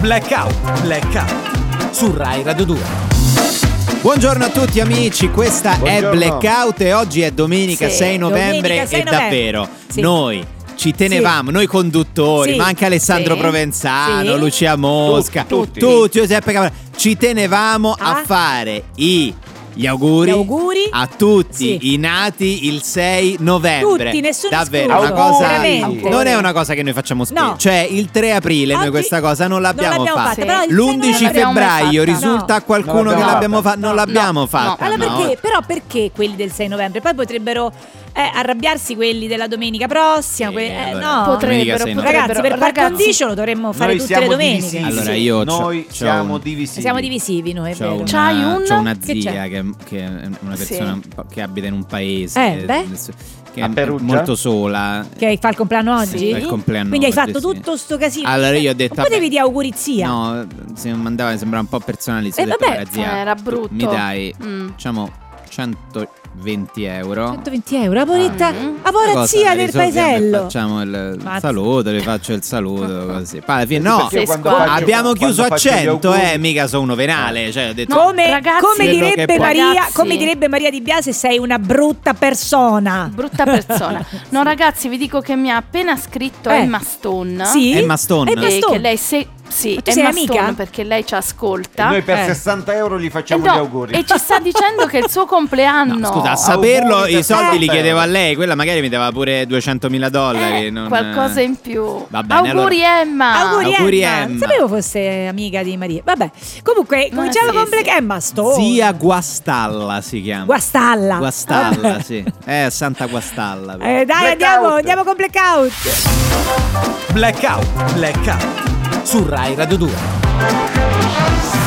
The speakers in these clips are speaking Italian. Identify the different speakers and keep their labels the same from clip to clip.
Speaker 1: Blackout, Blackout su Rai Radio 2.
Speaker 2: Buongiorno a tutti amici, questa
Speaker 3: Buongiorno.
Speaker 2: è Blackout e oggi è domenica
Speaker 4: Sì,
Speaker 2: 6 novembre
Speaker 4: domenica 6
Speaker 2: e
Speaker 4: novembre.
Speaker 2: davvero
Speaker 4: Sì.
Speaker 2: noi ci tenevamo, noi conduttori,
Speaker 4: Sì.
Speaker 2: ma anche Alessandro
Speaker 4: Sì.
Speaker 2: Provenzano,
Speaker 4: Sì.
Speaker 2: Lucia Mosca,
Speaker 3: Tutti.
Speaker 2: tutti, Giuseppe Cavallari, ci tenevamo a
Speaker 4: Ah.
Speaker 2: fare i gli auguri,
Speaker 4: Gli auguri.
Speaker 2: a tutti
Speaker 4: Sì.
Speaker 2: i nati il 6 novembre.
Speaker 4: Tutti, nessuno
Speaker 2: Davvero,
Speaker 4: escluso.
Speaker 2: una cosa
Speaker 4: Veramente.
Speaker 2: non è una cosa che noi facciamo spesso.
Speaker 4: No.
Speaker 2: Cioè, il 3 aprile noi
Speaker 4: Oggi
Speaker 2: questa cosa non l'abbiamo,
Speaker 4: l'abbiamo fatta, però il 6
Speaker 2: L'11
Speaker 4: non l'abbiamo mai
Speaker 2: febbraio
Speaker 4: fatta.
Speaker 2: risulta a
Speaker 4: No.
Speaker 2: qualcuno
Speaker 3: Non
Speaker 2: che
Speaker 3: l'abbiamo
Speaker 2: l'abbiamo fatta. non
Speaker 4: No,
Speaker 2: l'abbiamo
Speaker 5: no,
Speaker 2: fatta.
Speaker 4: Allora
Speaker 2: no?
Speaker 4: perché? Però perché quelli del 6 novembre? Poi potrebbero eh, arrabbiarsi quelli della domenica prossima.
Speaker 2: Sì,
Speaker 4: que- eh,
Speaker 2: allora.
Speaker 4: no.
Speaker 2: Potre-
Speaker 5: Potrebbero,
Speaker 2: Domenica sei, no?
Speaker 5: potrebbero.
Speaker 4: Ragazzi, per par condicio lo dovremmo fare
Speaker 3: Noi
Speaker 4: tutte le
Speaker 3: siamo
Speaker 4: domeniche.
Speaker 3: divisivi.
Speaker 2: Allora, io c'ho-
Speaker 3: Noi
Speaker 2: c'ho
Speaker 3: siamo
Speaker 2: un-
Speaker 3: divisivi.
Speaker 4: Siamo divisivi noi, è
Speaker 2: C'ho
Speaker 4: vero.
Speaker 5: C'hai
Speaker 2: una,
Speaker 5: un-
Speaker 2: c'ho una
Speaker 4: che
Speaker 2: zia
Speaker 4: c'è?
Speaker 2: che, che è una
Speaker 5: Sì.
Speaker 2: persona un po' che abita in un paese
Speaker 4: Eh, beh.
Speaker 2: che
Speaker 3: A
Speaker 2: è
Speaker 3: Perugia?
Speaker 2: molto sola.
Speaker 4: Che fa il compleanno oggi?
Speaker 2: Sì, fa il compleanno
Speaker 4: Quindi hai
Speaker 2: oggi,
Speaker 4: fatto
Speaker 2: sì.
Speaker 4: tutto sto casino. Eh,
Speaker 2: Allora io ho detto
Speaker 4: Non potevi
Speaker 2: vabbè.
Speaker 4: dire augurizia.
Speaker 2: No, se non mandava mi sembrava un po' personalista.
Speaker 4: Eh,
Speaker 2: Ho detto,
Speaker 4: vabbè,
Speaker 2: "Guarda,
Speaker 5: Eh,
Speaker 2: zia,
Speaker 5: era
Speaker 2: tu
Speaker 5: brutto.
Speaker 2: Mi dai
Speaker 5: Mm.
Speaker 2: diciamo 120 euro.
Speaker 4: 120 euro, la poretta,
Speaker 5: Mm.
Speaker 4: la povera
Speaker 2: Cosa,
Speaker 4: zia
Speaker 2: le
Speaker 4: del
Speaker 2: risolviamo e
Speaker 4: paesello.
Speaker 2: Facciamo il
Speaker 4: Mazza.
Speaker 2: saluto, le faccio il saluto così. Poi alla fine no.
Speaker 5: Pazzesco.
Speaker 2: Abbiamo chiuso a 100, eh,
Speaker 3: eh
Speaker 2: mica sono uno venale, cioè ho detto
Speaker 5: No,
Speaker 4: Come,
Speaker 5: ragazzi-
Speaker 4: come
Speaker 2: Quello che
Speaker 4: direbbe
Speaker 2: può.
Speaker 4: Maria,
Speaker 5: Ragazzi.
Speaker 4: come direbbe Maria Di Biase, sei una brutta persona.
Speaker 5: Brutta persona. No, ragazzi, vi dico che mi ha appena scritto
Speaker 4: Eh.
Speaker 5: Emma Stone.
Speaker 4: Sì.
Speaker 2: Emma Stone.
Speaker 4: Emma
Speaker 5: eh,
Speaker 4: Stone.
Speaker 5: Che lei se- sì,
Speaker 4: Ma tu sei
Speaker 5: Emma
Speaker 4: amica?
Speaker 5: Stone perché lei ci ascolta.
Speaker 3: Noi per
Speaker 4: Eh.
Speaker 3: 60 euro gli
Speaker 5: Eh
Speaker 3: facciamo
Speaker 5: no,
Speaker 3: gli auguri.
Speaker 5: E ci sta dicendo che è il suo compleanno.
Speaker 2: No, scusa, a saperlo
Speaker 3: Auguri
Speaker 2: i
Speaker 3: per
Speaker 2: soldi li
Speaker 3: Santa.
Speaker 2: chiedevo a lei, quella magari mi dava pure 200.000 dollari.
Speaker 5: Eh,
Speaker 2: non-
Speaker 5: Qualcosa in più.
Speaker 2: Va bene,
Speaker 5: auguri Emma.
Speaker 4: Auguri,
Speaker 2: Auguri,
Speaker 4: Emma.
Speaker 2: Emma.
Speaker 4: Sapevo fosse amica di Maria. Vabbè, comunque
Speaker 5: Ma
Speaker 4: cominciamo
Speaker 5: sì,
Speaker 4: con
Speaker 5: sì.
Speaker 4: Black Emma Stone.
Speaker 2: Zia Guastalla si chiama.
Speaker 4: Guastalla.
Speaker 2: Guastalla, sì. Eh, Santa Guastalla.
Speaker 4: Eh, dai, andiamo,
Speaker 3: Blackout.
Speaker 4: andiamo con Blackout.
Speaker 1: Blackout, Blackout su Rai Radio 2.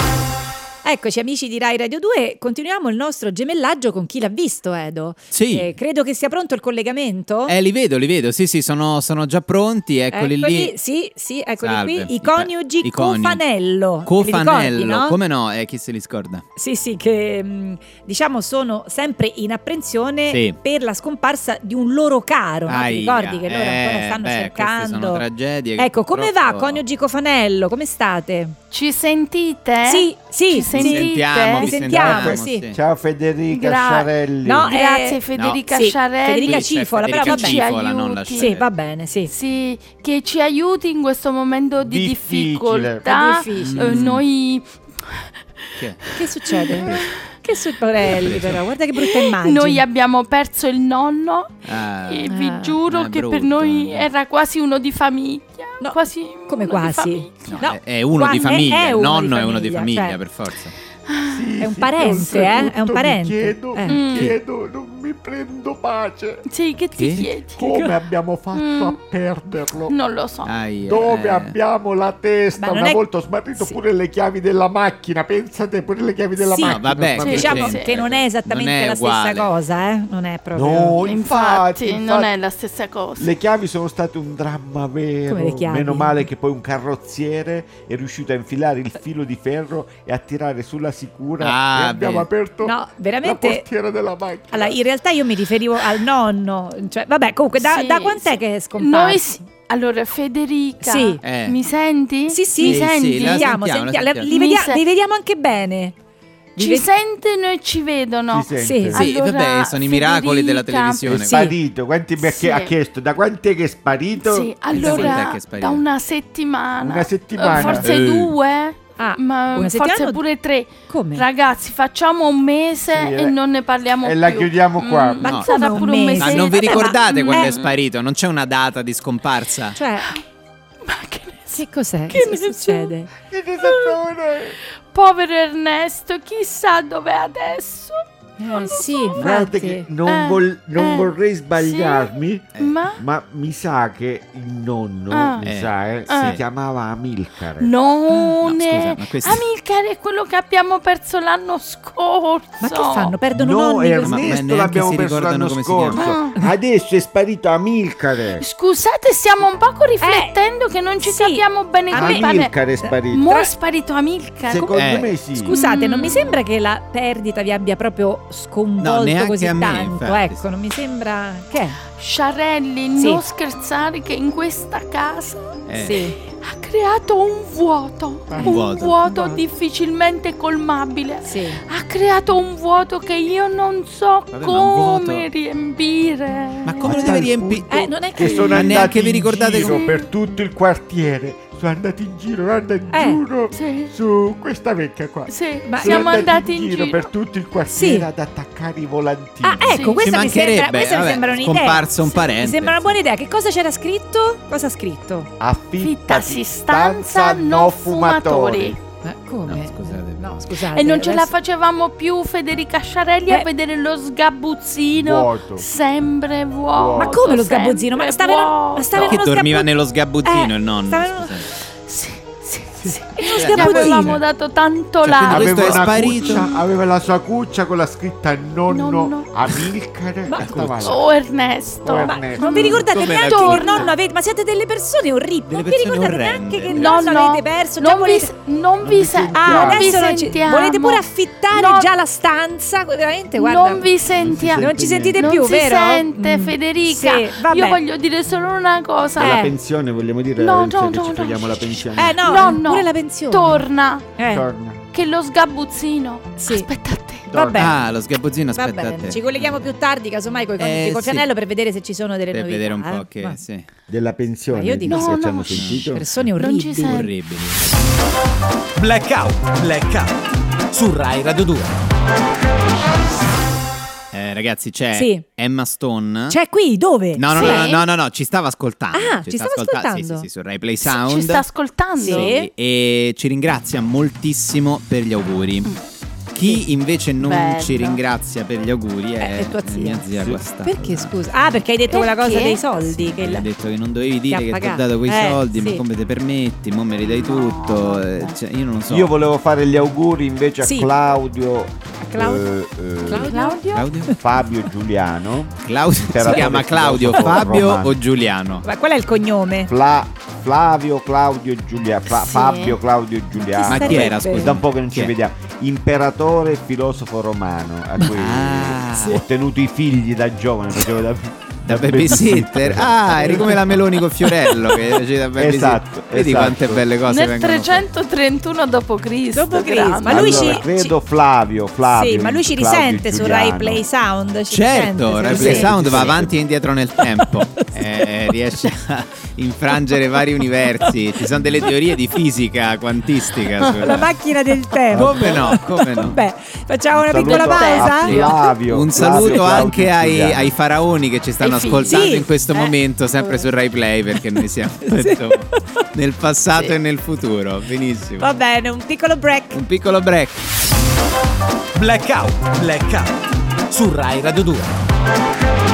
Speaker 4: Eccoci amici di Rai Radio 2, continuiamo il nostro gemellaggio con chi l'ha visto Edo.
Speaker 2: Sì.
Speaker 4: Eh, credo che sia pronto il collegamento.
Speaker 2: Eh, li vedo, li vedo. Sì, sì, sono, sono già pronti. Eccoli, lì.
Speaker 4: Eh, Sì, sì, eccoli
Speaker 2: Salve.
Speaker 4: qui. I coniugi
Speaker 2: I coniugi.
Speaker 4: Cofanello. Te li
Speaker 2: Cofanello,
Speaker 4: ricordi, no?
Speaker 2: come no? Eh, chi se li scorda?
Speaker 4: Sì, sì, che mh, diciamo sono sempre in apprensione
Speaker 2: Sì.
Speaker 4: per la scomparsa di un loro caro. no? Ti
Speaker 2: Aia,
Speaker 4: ricordi che loro
Speaker 2: eh,
Speaker 4: ancora stanno
Speaker 2: beh, queste
Speaker 4: cercando.
Speaker 2: sono tragedie che
Speaker 4: Ecco, come va
Speaker 2: purtroppo-
Speaker 4: coniugi Cofanello? Come state?
Speaker 5: Ci sentite?
Speaker 4: Sì, sì,
Speaker 5: Eh? Ci
Speaker 4: sì.
Speaker 2: Vi
Speaker 5: sentite?
Speaker 2: sentiamo,
Speaker 4: Ti
Speaker 2: vi
Speaker 4: sentiamo,
Speaker 2: sentiamo,
Speaker 4: sì.
Speaker 3: Ciao Federica
Speaker 5: Gra-
Speaker 3: Sciarelli.
Speaker 4: No, eh,
Speaker 5: Grazie
Speaker 4: no,
Speaker 5: Federica
Speaker 4: sì,
Speaker 5: Sciarelli.
Speaker 4: Federica
Speaker 2: Sì, c'è
Speaker 4: Cifola, però
Speaker 2: Federica
Speaker 4: vabbè.
Speaker 2: Cifola, non
Speaker 5: Ci
Speaker 2: la
Speaker 5: aiuti.
Speaker 4: Sì, va bene, sì.
Speaker 5: Sì, che ci aiuti in questo momento di
Speaker 3: Difficile.
Speaker 4: È
Speaker 5: difficoltà.
Speaker 4: difficile.
Speaker 5: Eh,
Speaker 2: Mm.
Speaker 5: noi,
Speaker 2: Che?
Speaker 4: Che succede? che succede, però? Guarda che brutta immagine.
Speaker 5: noi abbiamo perso il nonno
Speaker 2: Ah.
Speaker 5: e vi
Speaker 4: Ah.
Speaker 5: giuro
Speaker 2: È
Speaker 5: che per
Speaker 2: brutto,
Speaker 5: noi
Speaker 2: eh.
Speaker 5: era quasi uno di famiglia.
Speaker 4: No,
Speaker 5: quasi
Speaker 4: come
Speaker 5: uno di
Speaker 4: quasi?
Speaker 5: famiglia.
Speaker 2: No,
Speaker 4: No,
Speaker 2: è- è uno
Speaker 4: Juan
Speaker 2: di
Speaker 4: è-
Speaker 2: famiglia,
Speaker 4: è
Speaker 2: il
Speaker 4: uno di
Speaker 2: nonno è uno di
Speaker 4: famiglia,
Speaker 2: famiglia,
Speaker 4: cioè.
Speaker 2: per forza.
Speaker 4: È un parente, eh? È un parente.
Speaker 3: chiedo,
Speaker 4: Eh.
Speaker 5: Mm.
Speaker 3: chiedo, non mi prendo pace.
Speaker 5: Sì, che ti
Speaker 2: Che?
Speaker 5: chiedi?
Speaker 3: Come abbiamo fatto
Speaker 5: Mm.
Speaker 3: a perderlo?
Speaker 5: Non lo so.
Speaker 2: Aia,
Speaker 3: Dove
Speaker 2: eh.
Speaker 3: abbiamo la
Speaker 4: Mm. Ma
Speaker 3: testa?
Speaker 4: non
Speaker 3: Una
Speaker 4: è-
Speaker 3: volta ho smarrito
Speaker 4: Sì.
Speaker 3: pure le chiavi della macchina. Pensate pure le chiavi della
Speaker 4: Sì.
Speaker 3: macchina.
Speaker 2: No, vabbè,
Speaker 3: ho
Speaker 5: Sì,
Speaker 2: che
Speaker 3: smarrito.
Speaker 4: Diciamo
Speaker 5: sì.
Speaker 4: che non è esattamente
Speaker 2: Non è
Speaker 4: la stessa
Speaker 2: uguale.
Speaker 4: cosa, eh? Non è proprio.
Speaker 3: No,
Speaker 5: Infatti,
Speaker 3: infatti,
Speaker 5: non è la stessa cosa.
Speaker 3: Le chiavi sono state un dramma vero.
Speaker 4: Come le chiavi?
Speaker 3: Meno male che poi un carrozziere è riuscito a infilare
Speaker 4: Eh.
Speaker 3: il filo di ferro e a tirare sulla sicura.
Speaker 2: Ah,
Speaker 3: e abbiamo
Speaker 2: beh.
Speaker 3: aperto
Speaker 4: No,
Speaker 3: la
Speaker 4: veramente.
Speaker 3: portiera della macchina.
Speaker 4: Allora, in realtà io mi riferivo al nonno. Cioè, vabbè, comunque, da,
Speaker 5: Sì,
Speaker 4: da quant'è
Speaker 5: sì.
Speaker 4: che è scomparso?
Speaker 5: Noi si- Allora, Federica,
Speaker 4: Sì.
Speaker 2: Eh.
Speaker 5: mi senti?
Speaker 4: Sì, sì.
Speaker 5: mi
Speaker 4: Sì,
Speaker 5: senti?
Speaker 2: sì, la
Speaker 4: Sentiamo,
Speaker 2: sentiamo, la
Speaker 4: sentiamo,
Speaker 2: sentiamo.
Speaker 4: Li, vedia-
Speaker 5: Mi se-
Speaker 4: li vediamo anche bene. Li
Speaker 5: Ci
Speaker 4: ve-
Speaker 5: sentono e ci vedono.
Speaker 3: Ti
Speaker 4: Sì,
Speaker 3: sente?
Speaker 2: Sì,
Speaker 5: Allora,
Speaker 2: vabbè, sono i miracoli della
Speaker 5: Federica,
Speaker 2: televisione.
Speaker 4: sì.
Speaker 3: Sparito, quanti mi ha chie-
Speaker 5: Sì.
Speaker 3: ha chiesto? Da quant'è che è sparito?
Speaker 5: Sì,
Speaker 2: quant'è che
Speaker 5: allora
Speaker 2: è sparito?
Speaker 5: da una settimana.
Speaker 3: Una settimana.
Speaker 5: Eh, Forse
Speaker 2: Eh.
Speaker 5: due.
Speaker 4: Ah,
Speaker 5: ma
Speaker 4: una settimana
Speaker 5: forse
Speaker 4: o-
Speaker 5: pure tre.
Speaker 4: Come?
Speaker 5: Ragazzi, facciamo un mese
Speaker 3: Sì,
Speaker 5: e
Speaker 3: eh.
Speaker 5: non ne parliamo
Speaker 3: E
Speaker 5: più.
Speaker 3: la chiudiamo qua.
Speaker 5: Mm, Ma
Speaker 2: No.
Speaker 4: Come
Speaker 5: sarà
Speaker 4: un
Speaker 5: pure un
Speaker 4: mese?
Speaker 2: Ma
Speaker 5: mese.
Speaker 2: Ah, non vi
Speaker 4: Vabbè, ma-
Speaker 2: ricordate quando
Speaker 4: eh.
Speaker 2: è sparito? Non c'è una data di scomparsa?
Speaker 4: Cioè,
Speaker 5: Ma che ne so.
Speaker 4: che cos'è?
Speaker 5: Che
Speaker 4: Che,
Speaker 5: ne so?
Speaker 4: succede?
Speaker 3: Che tesatore!
Speaker 5: Povero Ernesto, chissà dov'è adesso.
Speaker 4: Eh, sì,
Speaker 3: Guardate
Speaker 4: infatti.
Speaker 3: che non,
Speaker 5: Eh,
Speaker 3: vol- non
Speaker 5: eh,
Speaker 3: vorrei sbagliarmi,
Speaker 2: Eh.
Speaker 4: Ah.
Speaker 5: Ma
Speaker 3: ma mi sa che il nonno,
Speaker 5: Ah.
Speaker 3: mi
Speaker 2: Eh,
Speaker 3: sa, eh,
Speaker 5: eh.
Speaker 3: si chiamava Amilcare.
Speaker 5: non
Speaker 2: No,
Speaker 5: è.
Speaker 2: scusa, ma questo-
Speaker 5: Amilcare è quello che abbiamo perso l'anno scorso.
Speaker 4: Ma che fanno? Perdono
Speaker 3: No,
Speaker 4: nonni
Speaker 2: ma-
Speaker 4: così?
Speaker 2: ma
Speaker 3: Ernesto
Speaker 2: neanche
Speaker 3: l'abbiamo
Speaker 2: si
Speaker 3: perso
Speaker 2: ricordano
Speaker 3: l'anno
Speaker 2: come si
Speaker 3: scorso.
Speaker 5: chiama.
Speaker 4: Ah.
Speaker 3: Adesso è sparito Amilcare.
Speaker 5: Ah. Scusate, stiamo un poco riflettendo che non ci
Speaker 4: Eh. sì,
Speaker 5: capiamo bene
Speaker 4: a
Speaker 5: come
Speaker 4: me-
Speaker 5: parla.
Speaker 3: Amilcare è sparito.
Speaker 5: Mo' è sparito Amilcare.
Speaker 3: Secondo
Speaker 2: Eh,
Speaker 3: me sì.
Speaker 4: Scusate, non
Speaker 5: Mm.
Speaker 4: mi sembra che la perdita vi abbia proprio sconvolto
Speaker 2: No, neanche
Speaker 4: così
Speaker 2: a me,
Speaker 4: tanto.
Speaker 2: infatti.
Speaker 4: ecco, non mi sembra. Che è?
Speaker 5: Sciarelli,
Speaker 4: Sì.
Speaker 5: non scherzare che in questa casa
Speaker 2: Eh,
Speaker 4: Sì,
Speaker 5: ha creato un vuoto,
Speaker 3: Ah,
Speaker 5: un
Speaker 3: un
Speaker 5: vuoto,
Speaker 2: vuoto.
Speaker 5: difficilmente colmabile.
Speaker 4: sì.
Speaker 5: Ha creato un vuoto che io non so
Speaker 2: Vabbè, ma un
Speaker 5: come
Speaker 2: vuoto-
Speaker 5: riempire.
Speaker 2: Ma come
Speaker 3: A
Speaker 2: lo
Speaker 3: tal
Speaker 2: deve riempire?
Speaker 3: punto
Speaker 4: Eh, non è
Speaker 3: che
Speaker 4: che-
Speaker 3: sono
Speaker 4: Ma
Speaker 3: andati
Speaker 2: neanche vi
Speaker 3: in
Speaker 2: ricordate
Speaker 3: giro
Speaker 2: come-
Speaker 3: per tutto il quartiere. Sono andati in giro, guarda in
Speaker 4: Eh,
Speaker 3: giro
Speaker 5: Sì,
Speaker 3: su questa vecchia qua.
Speaker 5: sì,
Speaker 4: Ma-
Speaker 3: Sono
Speaker 5: siamo andati in giro. eh,
Speaker 3: per tutto il quartiere
Speaker 4: Sì.
Speaker 3: ad attaccare i volantini.
Speaker 4: Ah, ecco,
Speaker 2: Ci
Speaker 4: questa
Speaker 5: Sì.
Speaker 4: mi sembra,
Speaker 2: mancherebbe,
Speaker 4: questa mi
Speaker 2: vabbè,
Speaker 4: sembra un'idea.
Speaker 2: scomparso un parente.
Speaker 4: Mi sembra una buona idea. Che cosa c'era scritto? Cosa ha scritto?
Speaker 5: Affittasi
Speaker 3: Affittasi
Speaker 5: stanza,
Speaker 3: stanza
Speaker 5: no
Speaker 3: no
Speaker 5: fumatori.
Speaker 3: fumatori.
Speaker 4: Ma Eh, come?
Speaker 2: Eh, No, scusate.
Speaker 4: No, scusate,
Speaker 5: E non ce la
Speaker 4: adesso-
Speaker 5: facevamo più Federica Sciarelli a
Speaker 4: Eh.
Speaker 5: vedere lo sgabuzzino.
Speaker 3: Vuoto.
Speaker 5: Sempre vuoto.
Speaker 4: Ma come lo
Speaker 5: sempre
Speaker 4: sgabuzzino? Ma stava in-
Speaker 5: vuoto.
Speaker 4: ma stava in
Speaker 2: che
Speaker 4: uno
Speaker 2: dormiva
Speaker 4: sgabbu-
Speaker 2: nello sgabuzzino
Speaker 4: Eh,
Speaker 2: il nonno.
Speaker 4: stava in uno-
Speaker 2: scusate.
Speaker 5: Sì, sì, sì.
Speaker 2: Cioè,
Speaker 5: Gli
Speaker 4: sgabuzzino.
Speaker 5: avevamo dato tanto
Speaker 2: Cioè,
Speaker 5: là.
Speaker 2: quindi
Speaker 3: Aveva,
Speaker 2: Questo è
Speaker 3: una
Speaker 2: sparito.
Speaker 3: cuccia- aveva la sua cuccia con la scritta nonno,
Speaker 5: Nonno.
Speaker 3: Amilcare
Speaker 4: Ma-
Speaker 3: e stava là.
Speaker 5: Oh Ernesto.
Speaker 3: Oh,
Speaker 4: Ma
Speaker 3: Ernesto.
Speaker 4: non vi ricordate
Speaker 2: Com'era
Speaker 4: neanche
Speaker 2: tutto?
Speaker 4: che nonno avete? Ma siete delle persone
Speaker 2: Delle
Speaker 4: orribili. non vi
Speaker 2: persone
Speaker 4: ricordate
Speaker 2: orrende.
Speaker 4: neanche che
Speaker 2: No,
Speaker 4: nonno avete perso. Già
Speaker 5: non vi,
Speaker 4: volete...
Speaker 5: se- non vi, se-
Speaker 3: sentiamo.
Speaker 5: ah,
Speaker 4: Ah,
Speaker 5: non vi
Speaker 4: adesso non ci...
Speaker 5: sentiamo.
Speaker 4: volete pure affittare
Speaker 5: No.
Speaker 4: già la stanza? Veramente, guarda.
Speaker 5: Non vi sentiamo.
Speaker 4: Non ci sentite
Speaker 5: Non
Speaker 4: più,
Speaker 5: si
Speaker 4: vero?
Speaker 5: sente,
Speaker 4: Mm.
Speaker 5: Federica.
Speaker 4: Sì, vabbè.
Speaker 5: Io voglio dire solo una cosa.
Speaker 4: Eh.
Speaker 6: pensione, vogliamo dire
Speaker 5: No,
Speaker 6: cioè,
Speaker 5: no,
Speaker 6: che
Speaker 5: no,
Speaker 6: ci
Speaker 5: no.
Speaker 6: togliamo la pensione.
Speaker 4: Eh no,
Speaker 5: No, no.
Speaker 4: pure la pensione.
Speaker 5: Torna.
Speaker 4: Eh,
Speaker 3: Torna.
Speaker 5: Che lo sgabuzzino.
Speaker 4: Sì.
Speaker 5: Aspetta a te.
Speaker 4: Vabbè.
Speaker 2: Ah, lo sgabuzzino,
Speaker 4: Va
Speaker 2: aspetta
Speaker 4: bene,
Speaker 2: te.
Speaker 4: ci colleghiamo più tardi, casomai con
Speaker 2: Eh,
Speaker 4: col
Speaker 2: sì.
Speaker 4: pianello per vedere se ci sono delle
Speaker 2: Per
Speaker 4: novità.
Speaker 2: vedere un po'
Speaker 4: eh.
Speaker 2: che...
Speaker 4: Ma-
Speaker 2: Sì.
Speaker 6: Della pensione.
Speaker 4: Ma io dico-
Speaker 6: perché
Speaker 5: No,
Speaker 6: ci
Speaker 5: no.
Speaker 6: hanno sentito.
Speaker 4: Persone
Speaker 5: Non ci
Speaker 4: orribili.
Speaker 5: sento.
Speaker 2: Orribili.
Speaker 1: Blackout, blackout su Rai Radio 2.
Speaker 2: Eh, ragazzi, c'è
Speaker 4: Sì.
Speaker 2: Emma Stone.
Speaker 4: Cioè, qui dove?
Speaker 2: No, no,
Speaker 5: Sì.
Speaker 2: no, no, no, no, ci stava ascoltando.
Speaker 4: Ah, ci stava
Speaker 2: ascolta-
Speaker 4: ascoltando.
Speaker 2: Sì, sì, sì, su Rai Play
Speaker 5: Sì,
Speaker 2: Sound.
Speaker 5: Ci sta ascoltando?
Speaker 4: Sì.
Speaker 2: Sì, e ci ringrazia moltissimo per gli auguri.
Speaker 4: Mm.
Speaker 2: Chi invece non
Speaker 5: Bello.
Speaker 2: ci ringrazia per gli auguri è,
Speaker 4: Eh, è tua zia.
Speaker 2: mia zia guastata.
Speaker 4: Perché scusa? Ah, perché hai detto quella cosa
Speaker 5: Perché?
Speaker 4: dei soldi. che
Speaker 2: Mi
Speaker 4: la-
Speaker 2: ha detto che non dovevi
Speaker 4: ha
Speaker 2: dire che ti ho
Speaker 4: pagato.
Speaker 2: dato quei
Speaker 4: Eh,
Speaker 2: soldi, ma
Speaker 4: sì.
Speaker 2: come te permetti? Mo me li dai tutto. eh, cioè, io non lo so.
Speaker 3: Io volevo fare gli auguri invece a
Speaker 4: Sì.
Speaker 3: Claudio,
Speaker 4: Claudio?
Speaker 3: eh, eh,
Speaker 4: Claudio?
Speaker 5: Claudio?
Speaker 2: Claudio?
Speaker 3: Fabio Giuliano,
Speaker 2: Claudio? Si
Speaker 3: Imperatore
Speaker 2: chiama Claudio
Speaker 3: filosofo
Speaker 2: Fabio
Speaker 3: romano.
Speaker 2: o Giuliano?
Speaker 4: Ma qual è il cognome?
Speaker 3: Fla- Flavio Claudio Giuliano, Fa-
Speaker 5: Sì.
Speaker 3: Fabio Claudio Giuliano.
Speaker 2: Ma chi era,
Speaker 4: sarebbe?
Speaker 2: scusa?
Speaker 3: Da un po' che non ci
Speaker 2: Chi è?
Speaker 3: vediamo. Imperatore e filosofo romano, a cui
Speaker 2: Ah.
Speaker 3: ho ottenuto i figli da giovane, facevo da,
Speaker 2: Da babysitter? Ah, eri come la Meloni con Fiorello che faceva da babysitter.
Speaker 3: Esatto,
Speaker 2: Vedi
Speaker 3: esatto.
Speaker 2: quante belle cose
Speaker 5: Nel
Speaker 2: vengono fatte.
Speaker 5: 331 d.C.
Speaker 4: Dopo Cristo. Ma
Speaker 5: Ma
Speaker 4: lui-
Speaker 3: Allora,
Speaker 4: ci-
Speaker 3: credo Flavio, Flavio.
Speaker 4: sì, ma lui ci
Speaker 3: Claudio
Speaker 4: risente su
Speaker 3: Giuliano.
Speaker 4: Rai Play Sound. Ci risente,
Speaker 2: Certo,
Speaker 4: sì,
Speaker 2: Rai
Speaker 4: sì.
Speaker 2: Play Sound
Speaker 3: sì,
Speaker 2: va
Speaker 3: sì.
Speaker 2: avanti e indietro nel tempo, Eh, riesce a infrangere vari universi. Ci sono delle teorie di fisica quantistica. sulla-
Speaker 4: La macchina del tempo.
Speaker 2: Come no, come no.
Speaker 4: Vabbè, facciamo Ah, una
Speaker 3: Un
Speaker 4: piccola
Speaker 3: saluto a
Speaker 4: pausa.
Speaker 5: Sì.
Speaker 3: Flavio,
Speaker 2: Un saluto
Speaker 3: Flavio Claudio
Speaker 2: anche ai,
Speaker 3: Giuliano.
Speaker 2: ai faraoni che ci stanno
Speaker 5: Ai figli.
Speaker 2: ascoltando
Speaker 4: Sì,
Speaker 2: in questo
Speaker 4: eh.
Speaker 2: momento, sempre su Rai Play, perché noi siamo insomma, nel passato e nel futuro. Benissimo.
Speaker 4: Va bene, un piccolo break.
Speaker 2: Un piccolo break.
Speaker 1: Blackout, blackout su Rai Radio 2.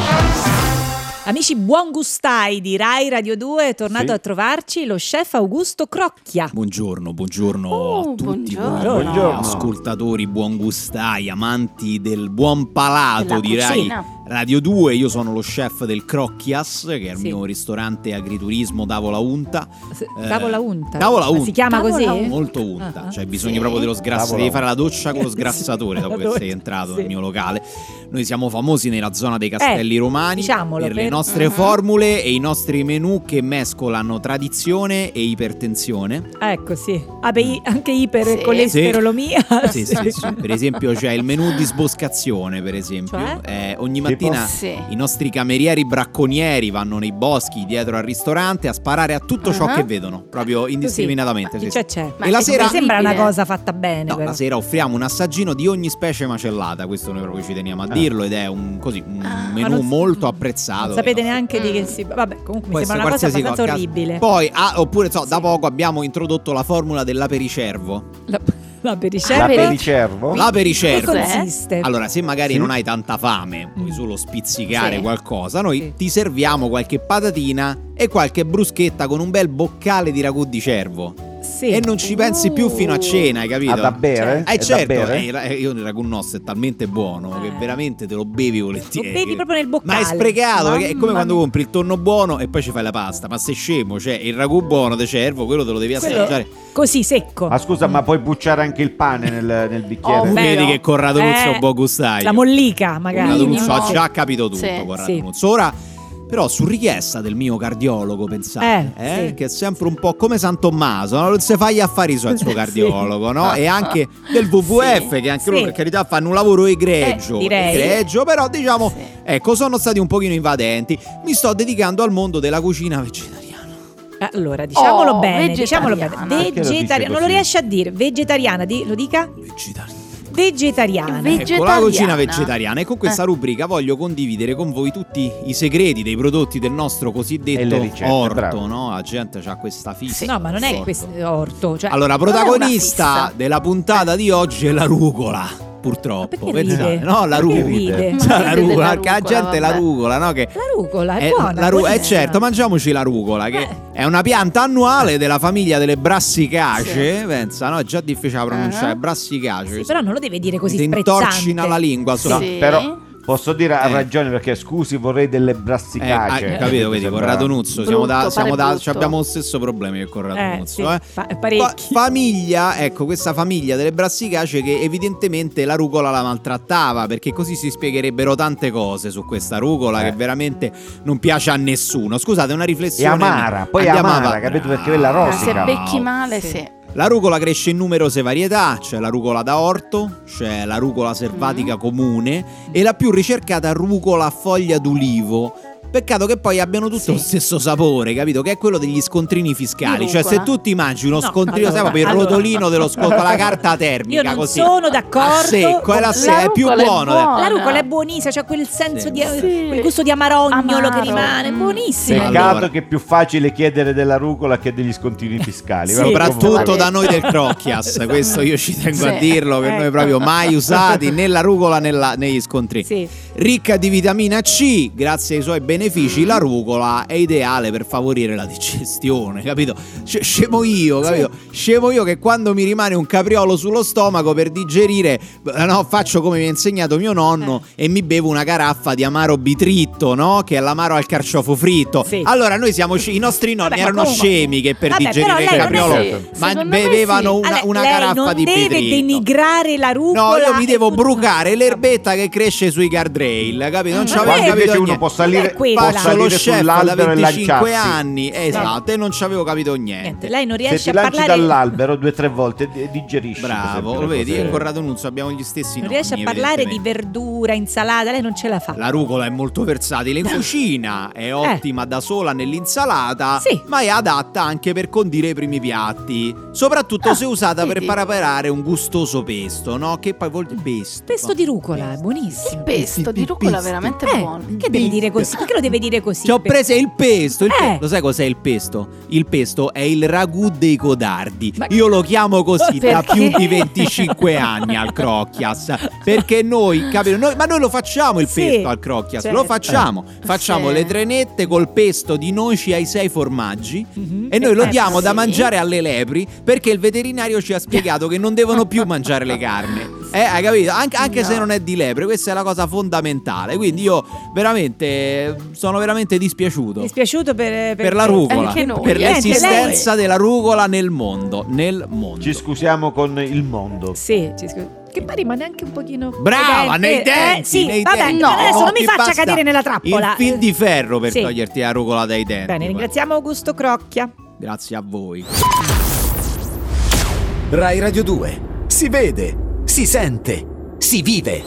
Speaker 4: Amici buon gustai di Rai Radio 2, è tornato
Speaker 3: Sì.
Speaker 4: a trovarci lo chef Augusto Crocchia.
Speaker 2: Buongiorno, buongiorno
Speaker 5: Oh,
Speaker 2: a tutti
Speaker 5: buongiorno.
Speaker 2: voi
Speaker 3: Buongiorno.
Speaker 2: ascoltatori, buon gustai, amanti del buon palato
Speaker 5: Della
Speaker 2: direi.
Speaker 5: cucina.
Speaker 2: Radio 2, io sono lo chef del Crocchias, che è il
Speaker 4: Sì.
Speaker 2: mio ristorante agriturismo Davola Unta.
Speaker 4: S-
Speaker 2: Eh,
Speaker 4: Tavola unta.
Speaker 2: Tavola
Speaker 4: Ma
Speaker 2: unta.
Speaker 4: Si chiama
Speaker 5: Tavola
Speaker 4: così?
Speaker 2: Molto unta,
Speaker 4: Ah, ah.
Speaker 2: cioè bisogna
Speaker 5: Sì.
Speaker 2: proprio dello sgrasso,
Speaker 3: Tavola
Speaker 2: devi fare la
Speaker 3: unta.
Speaker 2: doccia con lo sgrassatore
Speaker 4: La
Speaker 2: dopo che sei
Speaker 4: doccia,
Speaker 2: entrato
Speaker 4: sì.
Speaker 2: nel mio locale. Noi siamo famosi nella zona dei Castelli Romani
Speaker 4: Eh, diciamolo,
Speaker 2: per le
Speaker 4: per- Ah.
Speaker 2: nostre
Speaker 5: Mhm.
Speaker 2: formule e i nostri menù che mescolano tradizione e ipertensione.
Speaker 4: Ecco, sì. Ah, beh, i- anche iper
Speaker 5: Sì.
Speaker 4: con l'esterolomia.
Speaker 2: Sì, sì, sì. Per esempio, c'è il menù di sboscazione, per esempio.
Speaker 4: Cioè?
Speaker 2: Eh, ogni mattina
Speaker 5: Sì.
Speaker 2: i nostri camerieri bracconieri vanno nei boschi dietro al ristorante a sparare a tutto ciò
Speaker 5: Ah.
Speaker 2: che vedono, proprio indiscriminatamente.
Speaker 4: Chi
Speaker 2: sì,
Speaker 4: c'è
Speaker 2: sì.
Speaker 4: c'è.
Speaker 5: Ma
Speaker 2: e la
Speaker 5: è
Speaker 2: sera,
Speaker 4: Mi sembra una
Speaker 5: Incredibile.
Speaker 4: cosa fatta bene,
Speaker 2: no,
Speaker 4: però.
Speaker 2: la sera offriamo un assaggino di ogni specie macellata, questo noi proprio ci teniamo a dirlo ed è un, così, un
Speaker 5: Ah.
Speaker 4: Ma
Speaker 2: menù
Speaker 4: non-
Speaker 2: molto apprezzato.
Speaker 4: Non sapete
Speaker 2: dai nostri-
Speaker 4: neanche di che
Speaker 5: Mm.
Speaker 4: si. Vabbè, comunque
Speaker 2: Può
Speaker 4: mi
Speaker 2: essere
Speaker 4: sembra una cosa
Speaker 2: qualsiasi
Speaker 4: abbastanza
Speaker 2: cosa.
Speaker 4: orribile.
Speaker 2: Poi, ah, oppure so, da poco abbiamo introdotto la formula dell'apericervo.
Speaker 4: La, la
Speaker 3: La
Speaker 4: pericella.
Speaker 5: Cervo.
Speaker 2: Oh.
Speaker 3: Pericervo.
Speaker 4: Che
Speaker 2: L'apericervo.
Speaker 4: consiste?
Speaker 2: Allora, se magari
Speaker 3: Sì.
Speaker 2: non hai tanta fame, vuoi
Speaker 4: Mm.
Speaker 2: solo spizzicare
Speaker 5: Sì.
Speaker 2: qualcosa, noi
Speaker 4: Sì.
Speaker 2: ti serviamo qualche patatina e qualche bruschetta con un bel boccale di ragù di cervo.
Speaker 4: Sì.
Speaker 2: e non ci pensi più fino a cena, hai capito?
Speaker 3: Ah, da bere?
Speaker 2: Eh
Speaker 3: È da
Speaker 2: certo,
Speaker 3: bere?
Speaker 2: eh, ra- io il ragù nostro è talmente buono che
Speaker 4: Eh.
Speaker 2: veramente te lo bevi
Speaker 4: Lo
Speaker 2: volentieri.
Speaker 4: bevi proprio nel boccale.
Speaker 2: Ma è sprecato, perché è
Speaker 4: Mamma
Speaker 2: come quando
Speaker 4: mia.
Speaker 2: compri il tonno buono e poi ci fai la pasta. Ma sei scemo, cioè il ragù buono di cervo, quello te lo devi
Speaker 4: Quello-
Speaker 2: assaggiare.
Speaker 4: Così secco.
Speaker 3: Ma scusa, ma puoi bucciare anche il pane nel, nel bicchiere?
Speaker 5: Oh, beh.
Speaker 2: Vedi che Corrado Nuzzo è un
Speaker 4: Eh,
Speaker 2: buon gustaio.
Speaker 4: La mollica, magari. Cioè,
Speaker 2: Corrado
Speaker 5: Minimo.
Speaker 2: Nuzzo ha già capito tutto,
Speaker 5: Sì.
Speaker 2: Corrado
Speaker 4: Sì.
Speaker 2: Nuzzo. Ora, però, su richiesta del mio cardiologo, pensate,
Speaker 4: Eh,
Speaker 2: eh,
Speaker 4: sì.
Speaker 2: che è sempre un po' come San Tommaso, no? non si fa gli affari suoi il suo
Speaker 4: Sì.
Speaker 2: cardiologo, no? E anche del WWF,
Speaker 5: Sì.
Speaker 2: che anche lui,
Speaker 4: Sì.
Speaker 2: per carità, fanno un lavoro egregio,
Speaker 4: Eh, direi.
Speaker 2: egregio, però diciamo,
Speaker 5: Sì.
Speaker 2: ecco, sono stati un pochino invadenti. Mi sto dedicando al mondo della cucina vegetariana.
Speaker 4: Allora, diciamolo
Speaker 5: Oh,
Speaker 4: bene, diciamolo
Speaker 5: vegetariana.
Speaker 4: bene.
Speaker 3: Perché lo dice
Speaker 4: Vegetariana, non lo
Speaker 3: così?
Speaker 4: riesci a dire, vegetariana, di- lo dica?
Speaker 2: Vegetariana.
Speaker 4: Vegetariana.
Speaker 5: Ve-
Speaker 2: Ecco, la cucina
Speaker 5: Vegetariana.
Speaker 2: vegetariana e con questa
Speaker 5: Eh.
Speaker 2: rubrica voglio condividere con voi tutti i segreti dei prodotti del nostro
Speaker 3: E
Speaker 2: cosiddetto
Speaker 3: le ricette,
Speaker 2: orto,
Speaker 3: bravo.
Speaker 2: no? La gente ha questa fissa.
Speaker 4: no, ma non è
Speaker 2: Orto.
Speaker 4: questo orto, cioè
Speaker 2: Allora,
Speaker 5: Non è una
Speaker 2: protagonista
Speaker 5: fissa.
Speaker 2: della puntata di oggi è la rucola, purtroppo.
Speaker 4: Ma perché ride?
Speaker 2: pensate. No, la
Speaker 4: Perché
Speaker 2: rucola.
Speaker 4: ride?
Speaker 2: Cioè,
Speaker 5: Ma
Speaker 2: la
Speaker 5: ride della
Speaker 2: rucola, perché la
Speaker 5: rucola,
Speaker 2: gente è la
Speaker 5: vabbè.
Speaker 2: rucola, no? Che
Speaker 4: la rucola è
Speaker 2: eh,
Speaker 4: buona.
Speaker 2: la ru- eh,
Speaker 4: buonissima.
Speaker 2: certo, mangiamoci la rucola, che
Speaker 4: Eh.
Speaker 2: è una pianta annuale della famiglia delle brassicacee. Pensa, no? È già difficile da pronunciare.
Speaker 5: Ah.
Speaker 2: Brassicacee.
Speaker 4: Sì, però non lo deve dire così
Speaker 2: Ti
Speaker 4: sprezzante.
Speaker 2: intorcina la lingua sopra.
Speaker 3: No,
Speaker 5: Sì.
Speaker 3: però posso dire ha
Speaker 2: Eh.
Speaker 3: ragione perché scusi, vorrei delle
Speaker 2: Eh, hai
Speaker 3: brassicacee.
Speaker 2: capito, vedi, Corrado Nuzzo, siamo da,
Speaker 5: Brutto,
Speaker 2: siamo
Speaker 5: pare
Speaker 2: da-
Speaker 5: brutto.
Speaker 2: abbiamo lo stesso problema che Corrado
Speaker 4: Eh,
Speaker 2: Nuzzo.
Speaker 4: sì,
Speaker 2: eh.
Speaker 4: pa- parecchi.
Speaker 2: Fa- famiglia, ecco, questa famiglia delle brassicacee che evidentemente la rucola la maltrattava, perché così si spiegherebbero tante cose su questa rucola
Speaker 3: Eh.
Speaker 2: che veramente non piace a nessuno. Scusate, una
Speaker 3: È
Speaker 2: riflessione.
Speaker 3: amara, poi è
Speaker 2: Andiamo
Speaker 3: amara,
Speaker 2: avanti.
Speaker 3: capito? Perché quella
Speaker 5: Ma
Speaker 2: Bravo.
Speaker 5: se
Speaker 3: rosica.
Speaker 5: becchi male,
Speaker 4: Sì.
Speaker 5: sì.
Speaker 2: La rucola cresce in numerose varietà, c'è la rucola da orto, c'è la rucola
Speaker 4: Mm.
Speaker 2: selvatica comune e la più ricercata rucola a foglia d'ulivo. Peccato che poi abbiano tutto
Speaker 4: Sì.
Speaker 2: lo stesso sapore, capito? Che è quello degli scontrini fiscali.
Speaker 5: Di
Speaker 2: Cioè, se
Speaker 5: rucola?
Speaker 2: tu ti mangi uno
Speaker 4: No,
Speaker 2: scontrino,
Speaker 4: allora,
Speaker 2: sai proprio il
Speaker 4: allora.
Speaker 2: rotolino dello scontrino, la carta termica
Speaker 4: Io non
Speaker 2: così. Ah,
Speaker 4: sono d'accordo.
Speaker 2: A secco, è, la
Speaker 4: con-
Speaker 2: se- è più
Speaker 5: rucola è
Speaker 2: buono.
Speaker 5: buona.
Speaker 4: La rucola è buonissima, c'è quel senso
Speaker 2: Sì.
Speaker 4: di
Speaker 5: Sì.
Speaker 4: quel gusto di amarognolo che
Speaker 5: Amaro.
Speaker 4: rimane,
Speaker 5: Mm.
Speaker 4: buonissimo.
Speaker 3: Peccato
Speaker 2: Allora.
Speaker 3: che è più facile chiedere della rucola che degli scontini fiscali.
Speaker 4: Sì.
Speaker 3: però
Speaker 2: Soprattutto
Speaker 3: comunque-
Speaker 2: da noi del Crocchias, questo io ci tengo a
Speaker 5: Sì.
Speaker 2: dirlo, che
Speaker 4: Ecco.
Speaker 2: noi proprio mai usati né la rucola né la- negli scontrini.
Speaker 4: Sì.
Speaker 2: Ricca di vitamina C, grazie ai suoi benefici, la rucola è ideale per favorire la digestione, capito? Cioè, scemo io, capito? Scemo io che quando mi rimane un capriolo sullo stomaco per digerire, eh, no, faccio come mi ha insegnato mio nonno
Speaker 4: Eh.
Speaker 2: e mi bevo una caraffa di amaro bitritto, no? Che è l'amaro al carciofo fritto.
Speaker 4: Sì.
Speaker 2: Allora, noi siamo sci- i nostri nonni
Speaker 4: Vabbè, ma
Speaker 2: erano
Speaker 4: comunque-
Speaker 2: scemi che per
Speaker 4: Vabbè, però
Speaker 2: digerire il
Speaker 4: lei non è-
Speaker 2: capriolo
Speaker 5: Sì.
Speaker 2: ma
Speaker 5: Secondo me
Speaker 2: bevevano
Speaker 5: sì.
Speaker 2: una,
Speaker 4: Allora,
Speaker 2: una
Speaker 4: lei
Speaker 2: caraffa
Speaker 4: non
Speaker 2: di
Speaker 4: deve
Speaker 2: Pedrito.
Speaker 4: denigrare la
Speaker 2: No,
Speaker 4: rucola.
Speaker 2: io mi devo
Speaker 4: e tutto.
Speaker 2: brucare l'erbetta che cresce sui guardrail, capito? Non
Speaker 4: Ma
Speaker 2: ci avevo
Speaker 3: Quando
Speaker 4: lei-
Speaker 2: Cioè, capito
Speaker 3: invece uno
Speaker 2: niente.
Speaker 3: può salire,
Speaker 4: Lei è quella.
Speaker 3: può
Speaker 2: Faccio
Speaker 3: salire
Speaker 2: lo chef da
Speaker 3: sull'albero e
Speaker 2: 25
Speaker 3: lanciarsi.
Speaker 2: anni, esatto, e non ci avevo capito
Speaker 4: Niente,
Speaker 2: niente.
Speaker 4: lei non
Speaker 3: Se
Speaker 4: riesce
Speaker 3: ti
Speaker 4: a
Speaker 3: lanci
Speaker 4: parlare
Speaker 3: dall'albero due o tre volte di- digerisci. per esempio,
Speaker 2: Bravo,
Speaker 3: le
Speaker 2: lo vedi,
Speaker 3: cose-
Speaker 2: io e Corrado Nunzio abbiamo gli stessi
Speaker 4: non
Speaker 2: nomi.
Speaker 4: riesce a parlare di
Speaker 2: evidentemente.
Speaker 4: verdura, insalata, lei non ce la fa.
Speaker 2: La rucola è molto versatile
Speaker 4: Eh.
Speaker 2: in cucina, è ottima da sola nell'insalata,
Speaker 4: Sì.
Speaker 2: ma è adatta anche per condire i primi piatti, soprattutto
Speaker 4: Ah,
Speaker 2: se usata per
Speaker 5: vedi.
Speaker 2: preparare un gustoso pesto, no? Che poi vuol dire pesto.
Speaker 4: Pesto di rucola, è buonissimo.
Speaker 5: Il pesto di rucola è veramente
Speaker 4: Eh,
Speaker 5: buono.
Speaker 4: Che deve dire così? Perché lo deve dire così?
Speaker 2: Ci ho preso il pesto, il
Speaker 4: Eh.
Speaker 2: pesto. Lo sai cos'è il pesto? Il pesto è il ragù dei codardi.
Speaker 4: Ma-
Speaker 2: Io lo chiamo così da
Speaker 5: Perché?
Speaker 2: più di 25 anni al Crocchias. Perché noi, capito? Noi- ma noi lo facciamo il
Speaker 4: Sì,
Speaker 2: pesto al Crocchias,
Speaker 4: certo.
Speaker 2: lo facciamo. Facciamo
Speaker 5: Sì.
Speaker 2: le trenette col pesto di noci ai sei formaggi.
Speaker 4: Mhm.
Speaker 2: E noi lo diamo da
Speaker 5: sì.
Speaker 2: mangiare alle lepri perché il veterinario ci ha spiegato che non devono più mangiare le carni. Eh, hai capito? Anc- anche se
Speaker 5: No.
Speaker 2: non è di lepre, questa è la cosa fondamentale. Quindi io veramente eh, sono veramente dispiaciuto.
Speaker 4: Dispiaciuto per,
Speaker 2: per la rucola,
Speaker 5: Anche noi,
Speaker 2: per
Speaker 5: eh, anche
Speaker 2: l'esistenza della rucola nel mondo, nel mondo.
Speaker 3: Ci scusiamo con il mondo.
Speaker 4: Sì, ci scusi. Che poi rimane anche un pochino...
Speaker 2: Brava,
Speaker 4: Eh,
Speaker 2: nei denti,
Speaker 4: eh, sì,
Speaker 2: nei
Speaker 4: vabbè,
Speaker 2: denti.
Speaker 5: no,
Speaker 4: adesso non
Speaker 2: Occhi,
Speaker 4: mi faccia
Speaker 2: basta.
Speaker 4: cadere nella trappola.
Speaker 2: Il fil di ferro per
Speaker 4: Sì.
Speaker 2: toglierti la rucola dai denti.
Speaker 4: Bene, ringraziamo Augusto Crocchia.
Speaker 2: Grazie a voi.
Speaker 1: Rai Radio 2. Si vede, si sente, si vive.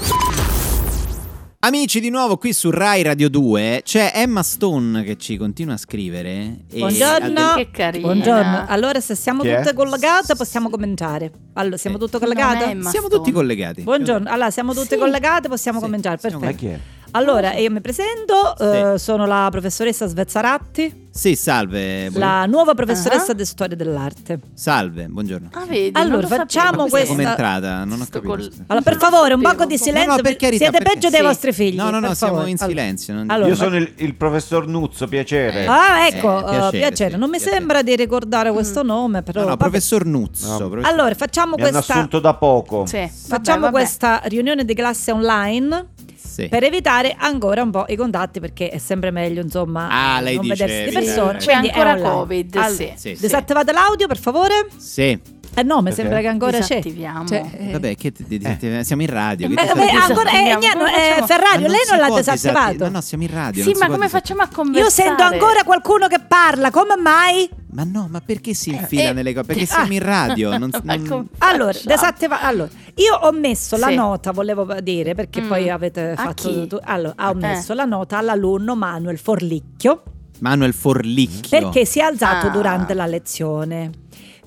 Speaker 2: Amici, di nuovo qui su Rai Radio 2 c'è Emma Stone che ci continua a scrivere. e-
Speaker 4: Buongiorno.
Speaker 5: Che carina.
Speaker 4: Buongiorno. Allora, se siamo
Speaker 3: Chi è?
Speaker 4: tutte collegate, possiamo commentare. Allora, siamo
Speaker 2: Sì.
Speaker 4: tutte
Speaker 5: Non è
Speaker 4: collegate?
Speaker 5: Emma
Speaker 2: Siamo tutti
Speaker 5: Stone.
Speaker 2: collegati.
Speaker 4: Buongiorno. Allora, siamo tutte
Speaker 5: Sì.
Speaker 4: collegate, possiamo
Speaker 2: Sì,
Speaker 4: cominciare.
Speaker 2: siamo
Speaker 4: Perfetto.
Speaker 3: Ma chi è?
Speaker 4: Allora, io mi presento, eh, sono la professoressa Svezzaratti,
Speaker 2: Sì, salve. buon-
Speaker 4: la nuova professoressa
Speaker 5: Ah.
Speaker 4: di storia dell'arte.
Speaker 2: Salve, buongiorno.
Speaker 5: Ah, vedi,
Speaker 4: Allora,
Speaker 5: non lo sapevo.
Speaker 4: facciamo questa-
Speaker 5: Questo-
Speaker 2: Come entrata? Non ho
Speaker 5: Sto
Speaker 2: capito.
Speaker 5: col-
Speaker 4: Allora,
Speaker 5: Non
Speaker 4: per favore, un
Speaker 5: sapevo.
Speaker 4: poco di silenzio.
Speaker 2: No, no, per
Speaker 4: perché
Speaker 2: carità,
Speaker 4: siete
Speaker 2: perché-
Speaker 4: peggio dei
Speaker 2: sì.
Speaker 4: vostri figli.
Speaker 2: No, no, no,
Speaker 4: per
Speaker 2: siamo
Speaker 4: favore.
Speaker 2: in
Speaker 4: Allora-
Speaker 2: silenzio, non-
Speaker 4: Allora,
Speaker 3: Io sono il, il professor Nuzzo, piacere.
Speaker 4: Ah,
Speaker 2: Eh,
Speaker 4: ecco, eh,
Speaker 2: piacere,
Speaker 4: piacere,
Speaker 2: sì,
Speaker 4: non mi
Speaker 2: piacere.
Speaker 4: sembra di ricordare questo
Speaker 5: Mm.
Speaker 4: nome, però.
Speaker 2: No, no,
Speaker 4: vabbè.
Speaker 2: professor Nuzzo.
Speaker 3: No.
Speaker 2: professor-
Speaker 4: Allora, facciamo
Speaker 3: Mi hanno
Speaker 4: questa
Speaker 3: assunto da poco.
Speaker 5: Sì, vabbè,
Speaker 4: facciamo
Speaker 5: vabbè.
Speaker 4: questa riunione di classe online
Speaker 2: Sì.
Speaker 4: per evitare ancora un po' i contatti perché è sempre meglio, insomma,
Speaker 2: Ah, lei
Speaker 4: non
Speaker 2: dice
Speaker 4: vedersi di
Speaker 2: evitare.
Speaker 4: persone.
Speaker 2: C'è
Speaker 4: Quindi è
Speaker 5: ancora
Speaker 4: online.
Speaker 5: Covid,
Speaker 4: Allora,
Speaker 5: sì.
Speaker 2: Sì, sì.
Speaker 4: Disattivate l'audio, per favore?
Speaker 2: Sì.
Speaker 4: Eh no, mi
Speaker 3: Perché?
Speaker 4: sembra che ancora c'è.
Speaker 5: Disattiviamo.
Speaker 4: eh.
Speaker 2: Vabbè, che ti- ti- ti- siamo in radio. che
Speaker 4: Eh,
Speaker 2: ti-
Speaker 4: vabbè,
Speaker 5: disattiviamo.
Speaker 4: ancora, eh,
Speaker 5: Come
Speaker 4: niente, eh,
Speaker 5: facciamo?
Speaker 4: Ferrario,
Speaker 2: Ma
Speaker 4: lei
Speaker 2: si
Speaker 4: non l'ha
Speaker 2: può
Speaker 4: disattivato.
Speaker 2: disatti- No, no, siamo in radio.
Speaker 5: Sì,
Speaker 2: non si
Speaker 5: ma
Speaker 2: può
Speaker 5: come
Speaker 2: disatti-
Speaker 5: facciamo a conversare?
Speaker 4: Io sento ancora qualcuno che parla, come mai?
Speaker 2: Ma no, ma perché si infila
Speaker 5: Eh,
Speaker 2: nelle cose? Perché
Speaker 5: ah.
Speaker 2: siamo in radio. Non,
Speaker 5: Ma
Speaker 2: non-
Speaker 5: come
Speaker 4: Allora,
Speaker 5: facciamo?
Speaker 4: desattiva- allora, io ho messo la
Speaker 5: Sì.
Speaker 4: nota, volevo dire, perché
Speaker 5: Mm.
Speaker 4: poi avete
Speaker 5: A
Speaker 4: fatto...
Speaker 5: chi?
Speaker 4: tu- allora, ho
Speaker 5: Eh.
Speaker 4: messo la nota all'alunno Manuel Forlicchio
Speaker 2: Manuel Forlicchio.
Speaker 4: perché si è alzato
Speaker 5: Ah.
Speaker 4: durante la lezione.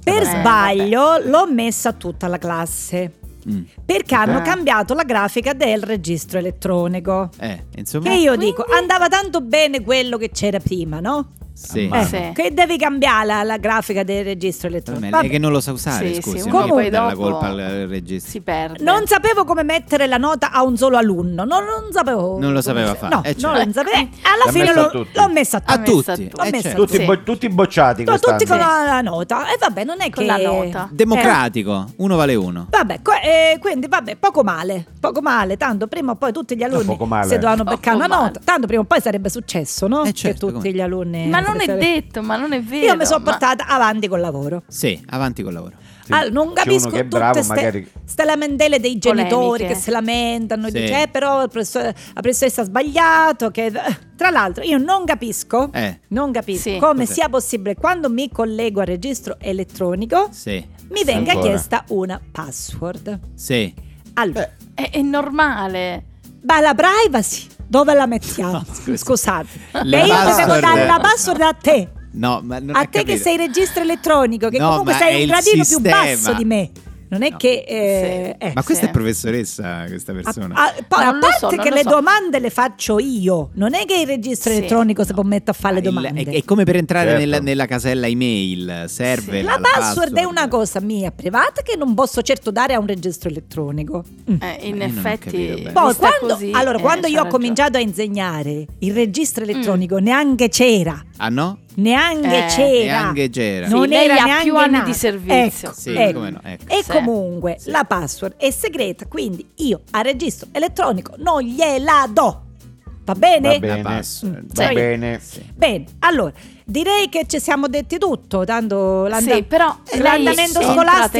Speaker 4: Per
Speaker 2: Eh,
Speaker 4: sbaglio l'ho messa a tutta la classe
Speaker 2: Mm.
Speaker 4: perché hanno
Speaker 3: Ah.
Speaker 4: cambiato la grafica del registro elettronico.
Speaker 2: Eh, insomma.
Speaker 4: Che io
Speaker 5: quindi-
Speaker 4: dico, andava tanto bene quello che c'era prima, no?
Speaker 2: Sì.
Speaker 3: Ah,
Speaker 4: Eh,
Speaker 5: sì.
Speaker 4: Che devi cambiare la, la grafica del registro
Speaker 2: Vabbè,
Speaker 4: elettronico.
Speaker 2: lei che non lo sa usare,
Speaker 5: Sì,
Speaker 2: scusi.
Speaker 5: sì,
Speaker 2: non
Speaker 5: uno
Speaker 2: gli
Speaker 5: poi
Speaker 2: può dare
Speaker 5: dopo
Speaker 2: la colpa al al regista.
Speaker 5: Si perde.
Speaker 4: Non sapevo come mettere la nota a un solo alunno, non, non sapevo.
Speaker 2: Non lo sapeva fare,
Speaker 4: No,
Speaker 2: eh, certo.
Speaker 4: non lo sapevo. Eh,
Speaker 3: L'ha
Speaker 4: Alla fine
Speaker 3: messo a
Speaker 4: l'ho,
Speaker 3: tutti.
Speaker 4: l'ho messa a
Speaker 2: A
Speaker 5: L'ha
Speaker 4: tutti.
Speaker 5: messa a
Speaker 2: tutti.
Speaker 5: tutti.
Speaker 2: eh,
Speaker 4: L'ho
Speaker 2: certo.
Speaker 3: Tutti,
Speaker 5: Sì.
Speaker 3: bo- tutti bocciati
Speaker 4: No,
Speaker 3: quest'anno.
Speaker 4: tutti con la, la nota. E vabbè, non è
Speaker 5: Con
Speaker 4: che.
Speaker 5: la nota.
Speaker 2: Eh,
Speaker 4: Eh.
Speaker 2: Democratico, uno vale uno.
Speaker 4: Vabbè, co- eh, quindi vabbè, poco male, poco male, tanto prima o poi tutti gli alunni
Speaker 3: poco male.
Speaker 4: se dovevano beccare
Speaker 5: Poco
Speaker 4: una
Speaker 5: male.
Speaker 4: nota, tanto prima o poi sarebbe successo, no?
Speaker 2: Eh, certo,
Speaker 4: che tutti
Speaker 2: come-
Speaker 4: gli alunni...
Speaker 5: Ma non è
Speaker 4: sarebbero-
Speaker 5: detto, ma non è vero.
Speaker 4: Io mi sono
Speaker 5: ma-
Speaker 4: portata avanti col lavoro.
Speaker 2: Sì, avanti col lavoro.
Speaker 3: Sì.
Speaker 4: Ah, non
Speaker 3: C'è
Speaker 4: capisco
Speaker 3: uno che è
Speaker 4: tutte
Speaker 3: bravo,
Speaker 4: ste,
Speaker 3: magari-
Speaker 4: ste lamentele dei genitori
Speaker 5: Polemiche.
Speaker 4: che si lamentano e
Speaker 2: Sì.
Speaker 4: dice eh, però il professore- la professoressa ha sbagliato che... tra l'altro io non capisco
Speaker 2: Eh,
Speaker 4: non capisco
Speaker 5: Sì.
Speaker 4: come
Speaker 2: Cos'è?
Speaker 4: sia possibile quando mi collego al registro elettronico
Speaker 2: sì,
Speaker 4: mi venga
Speaker 3: Ancora.
Speaker 4: chiesta una password
Speaker 2: sì.
Speaker 4: allora
Speaker 5: È, è normale.
Speaker 4: ma la privacy dove la mettiamo?
Speaker 2: No, scusi.
Speaker 4: Scusate,
Speaker 2: Ah, Le
Speaker 4: e io dovevo
Speaker 2: password-
Speaker 4: dare la password a te,
Speaker 2: No, ma non
Speaker 4: a
Speaker 2: ha
Speaker 4: te che
Speaker 2: capito.
Speaker 4: sei registro elettronico, che
Speaker 2: No,
Speaker 4: comunque
Speaker 2: ma è
Speaker 4: sei un
Speaker 2: il
Speaker 4: gradino più
Speaker 2: sistema.
Speaker 4: basso di me. Non è
Speaker 2: No.
Speaker 4: che... eh, eh.
Speaker 2: Ma questa
Speaker 5: Sì.
Speaker 2: è professoressa, questa persona.
Speaker 4: A- a- poi,
Speaker 5: Non
Speaker 4: a
Speaker 5: lo
Speaker 4: parte
Speaker 5: so, non
Speaker 4: che
Speaker 5: lo
Speaker 4: le
Speaker 5: so.
Speaker 4: domande le faccio io, non è che il registro
Speaker 5: Sì.
Speaker 4: elettronico si può mettere a fare le
Speaker 2: Ah, Il-
Speaker 4: domande.
Speaker 2: è, è come per entrare
Speaker 3: Certo.
Speaker 2: nella, nella casella email, serve
Speaker 5: Sì.
Speaker 2: la,
Speaker 4: la password, è una cosa mia privata che non posso certo dare a un registro elettronico. Mm.
Speaker 5: Eh, in
Speaker 2: Ma io non ho
Speaker 5: effetti.
Speaker 2: capito bene.
Speaker 4: Poi,
Speaker 5: vista
Speaker 4: quando,
Speaker 5: così,
Speaker 4: allora,
Speaker 5: eh,
Speaker 4: quando
Speaker 5: c'ha
Speaker 4: io ho
Speaker 5: ragione. Mm.
Speaker 4: cominciato a insegnare il registro elettronico neanche c'era,
Speaker 2: Ah no?
Speaker 4: neanche
Speaker 5: Eh,
Speaker 4: c'era.
Speaker 2: Neanche c'era.
Speaker 5: No.
Speaker 4: Non
Speaker 5: Sì, lei
Speaker 4: era
Speaker 5: ha
Speaker 4: neanche
Speaker 5: più anni
Speaker 4: nata.
Speaker 5: di servizio.
Speaker 4: Ecco,
Speaker 2: Sì,
Speaker 4: ecco.
Speaker 2: come no, ecco.
Speaker 4: E
Speaker 5: Sì.
Speaker 4: comunque
Speaker 2: Sì.
Speaker 4: la password è segreta, quindi io al registro elettronico non gliela do. Va bene? Mm.
Speaker 3: Va bene,
Speaker 2: La password.
Speaker 3: va
Speaker 4: Sì.
Speaker 2: Eh,
Speaker 3: bene.
Speaker 4: Bene, allora direi che ci siamo detti tutto, tanto l'anda- Eh,
Speaker 5: Sì, però lei
Speaker 4: l'andamento
Speaker 5: è entrata in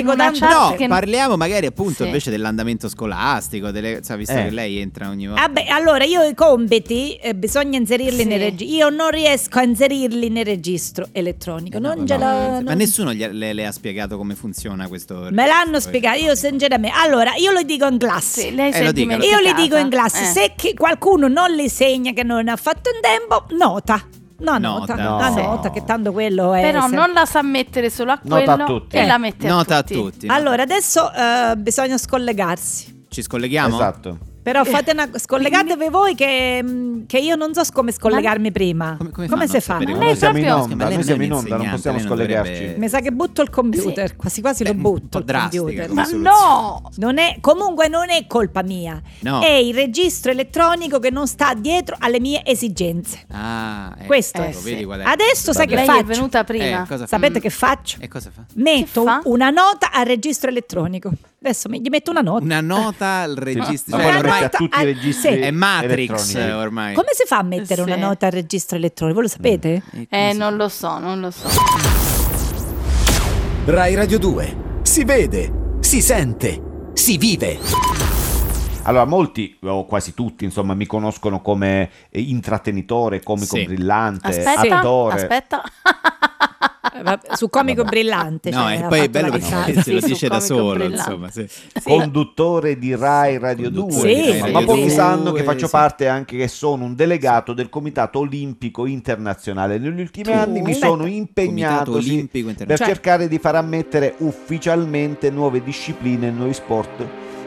Speaker 4: scolastico
Speaker 5: una
Speaker 4: tanto-
Speaker 5: chat
Speaker 2: No,
Speaker 5: che-
Speaker 2: parliamo magari appunto
Speaker 5: Sì.
Speaker 2: invece dell'andamento scolastico, delle, cioè, visto
Speaker 3: Eh.
Speaker 2: che lei entra ogni volta.
Speaker 4: Vabbè, allora io i compiti eh, bisogna inserirli
Speaker 5: Sì.
Speaker 4: nel registro. Io non riesco a inserirli nel registro elettronico.
Speaker 2: Eh, no,
Speaker 4: non
Speaker 2: no,
Speaker 4: ce
Speaker 2: no,
Speaker 4: la-
Speaker 2: no. Ma
Speaker 4: non-
Speaker 2: nessuno gli ha- le, le ha spiegato come funziona questo.
Speaker 4: Me l'hanno
Speaker 2: questo-
Speaker 4: spiegato. Io sinceramente. Allora, io lo dico in classe.
Speaker 5: Sì, lei
Speaker 2: Eh,
Speaker 5: si è
Speaker 2: lo dica, lo
Speaker 4: Io le
Speaker 5: dimenticata.
Speaker 4: dico in classe,
Speaker 5: Eh.
Speaker 4: se che qualcuno non le segna che non ha fatto in tempo, nota. No, nota,
Speaker 2: Nota.
Speaker 4: no,
Speaker 3: No.
Speaker 4: nota, che tanto quello è.
Speaker 5: Però
Speaker 4: se-
Speaker 5: non la sa mettere solo a quello
Speaker 3: Nota a tutti.
Speaker 5: e
Speaker 4: Eh,
Speaker 5: la mette
Speaker 2: Nota
Speaker 5: a
Speaker 2: a
Speaker 5: tutti.
Speaker 2: tutti. no?
Speaker 4: Allora, adesso eh, bisogna scollegarsi.
Speaker 2: Ci scolleghiamo?
Speaker 3: Esatto.
Speaker 5: Eh,
Speaker 4: Però fate una... scollegatevi voi che, mh, che io non so come scollegarmi prima.
Speaker 2: Come- come
Speaker 4: Come,
Speaker 2: fanno a
Speaker 4: si fa?
Speaker 2: sapere
Speaker 5: Ma
Speaker 3: Ma
Speaker 5: lei
Speaker 3: noi siamo in
Speaker 2: Ma
Speaker 5: proprio-
Speaker 3: onda,
Speaker 2: lei
Speaker 3: noi
Speaker 2: non è
Speaker 3: siamo
Speaker 2: un
Speaker 3: in onda, non
Speaker 2: insegnante,
Speaker 3: possiamo
Speaker 2: lei non
Speaker 3: scollegarci.
Speaker 2: dovrebbe-
Speaker 4: Mi sa che butto il computer, quasi quasi
Speaker 2: Beh,
Speaker 4: lo
Speaker 2: Eh, un
Speaker 4: butto
Speaker 2: po'
Speaker 4: il
Speaker 2: drastica
Speaker 4: computer.
Speaker 2: come
Speaker 5: Ma
Speaker 2: soluzione.
Speaker 5: no!
Speaker 4: Non è, comunque non è colpa mia,
Speaker 2: No.
Speaker 4: è il registro elettronico che non sta dietro alle mie esigenze.
Speaker 2: Ah, ecco,
Speaker 4: Questo.
Speaker 5: Eh, sì.
Speaker 2: vedi qual è.
Speaker 4: Adesso sai
Speaker 2: Vabbè.
Speaker 4: che
Speaker 5: Lei
Speaker 4: faccio?
Speaker 5: è venuta prima.
Speaker 2: Eh, cosa fa?
Speaker 4: Sapete
Speaker 2: Mm.
Speaker 4: che faccio?
Speaker 2: E cosa fa?
Speaker 4: Metto
Speaker 5: Che fa?
Speaker 4: una nota al registro elettronico. Adesso mi- gli metto una nota.
Speaker 2: Una nota al registro. cioè,
Speaker 3: Ma poi lo
Speaker 4: Una
Speaker 2: ormai
Speaker 3: mette a
Speaker 4: nota
Speaker 3: tutti i
Speaker 4: al-
Speaker 3: registri
Speaker 4: sì.
Speaker 2: è Matrix
Speaker 3: elettronici.
Speaker 2: eh, ormai.
Speaker 4: Come si fa a mettere
Speaker 5: Sì.
Speaker 4: una nota al registro elettronico? Voi lo sapete?
Speaker 2: E come
Speaker 5: Eh,
Speaker 2: si-
Speaker 5: non lo so, non lo so.
Speaker 1: Rai Radio 2. Si vede, si sente, si vive.
Speaker 3: Allora, molti, o quasi tutti, insomma, mi conoscono come eh, intrattenitore, comico
Speaker 2: Sì.
Speaker 3: brillante,
Speaker 5: Aspetta,
Speaker 3: attore.
Speaker 5: aspetta.
Speaker 4: Eh, vabbè, Su comico brillante.
Speaker 2: No,
Speaker 4: cioè,
Speaker 2: e
Speaker 4: ha
Speaker 2: poi è
Speaker 4: fatto la
Speaker 2: bello
Speaker 4: risata.
Speaker 2: perché se lo
Speaker 5: Sì, su
Speaker 2: dice da
Speaker 5: Comico
Speaker 2: solo,
Speaker 5: Brillante.
Speaker 2: insomma. sì.
Speaker 3: Conduttore di Rai Radio 2,
Speaker 2: Conduttore
Speaker 4: di Rai
Speaker 3: insomma, ma
Speaker 4: Radio
Speaker 3: pochi
Speaker 4: due,
Speaker 3: sanno che faccio
Speaker 2: sì.
Speaker 3: parte anche che sono un delegato del Comitato Olimpico Internazionale. Negli ultimi
Speaker 4: Tu?
Speaker 3: anni mi
Speaker 4: Aspetta.
Speaker 3: sono
Speaker 2: Comitato
Speaker 3: impegnato sì,
Speaker 2: Olimpico
Speaker 3: per
Speaker 2: Internazionale.
Speaker 4: Cioè-
Speaker 3: cercare di far ammettere ufficialmente nuove discipline e nuovi sport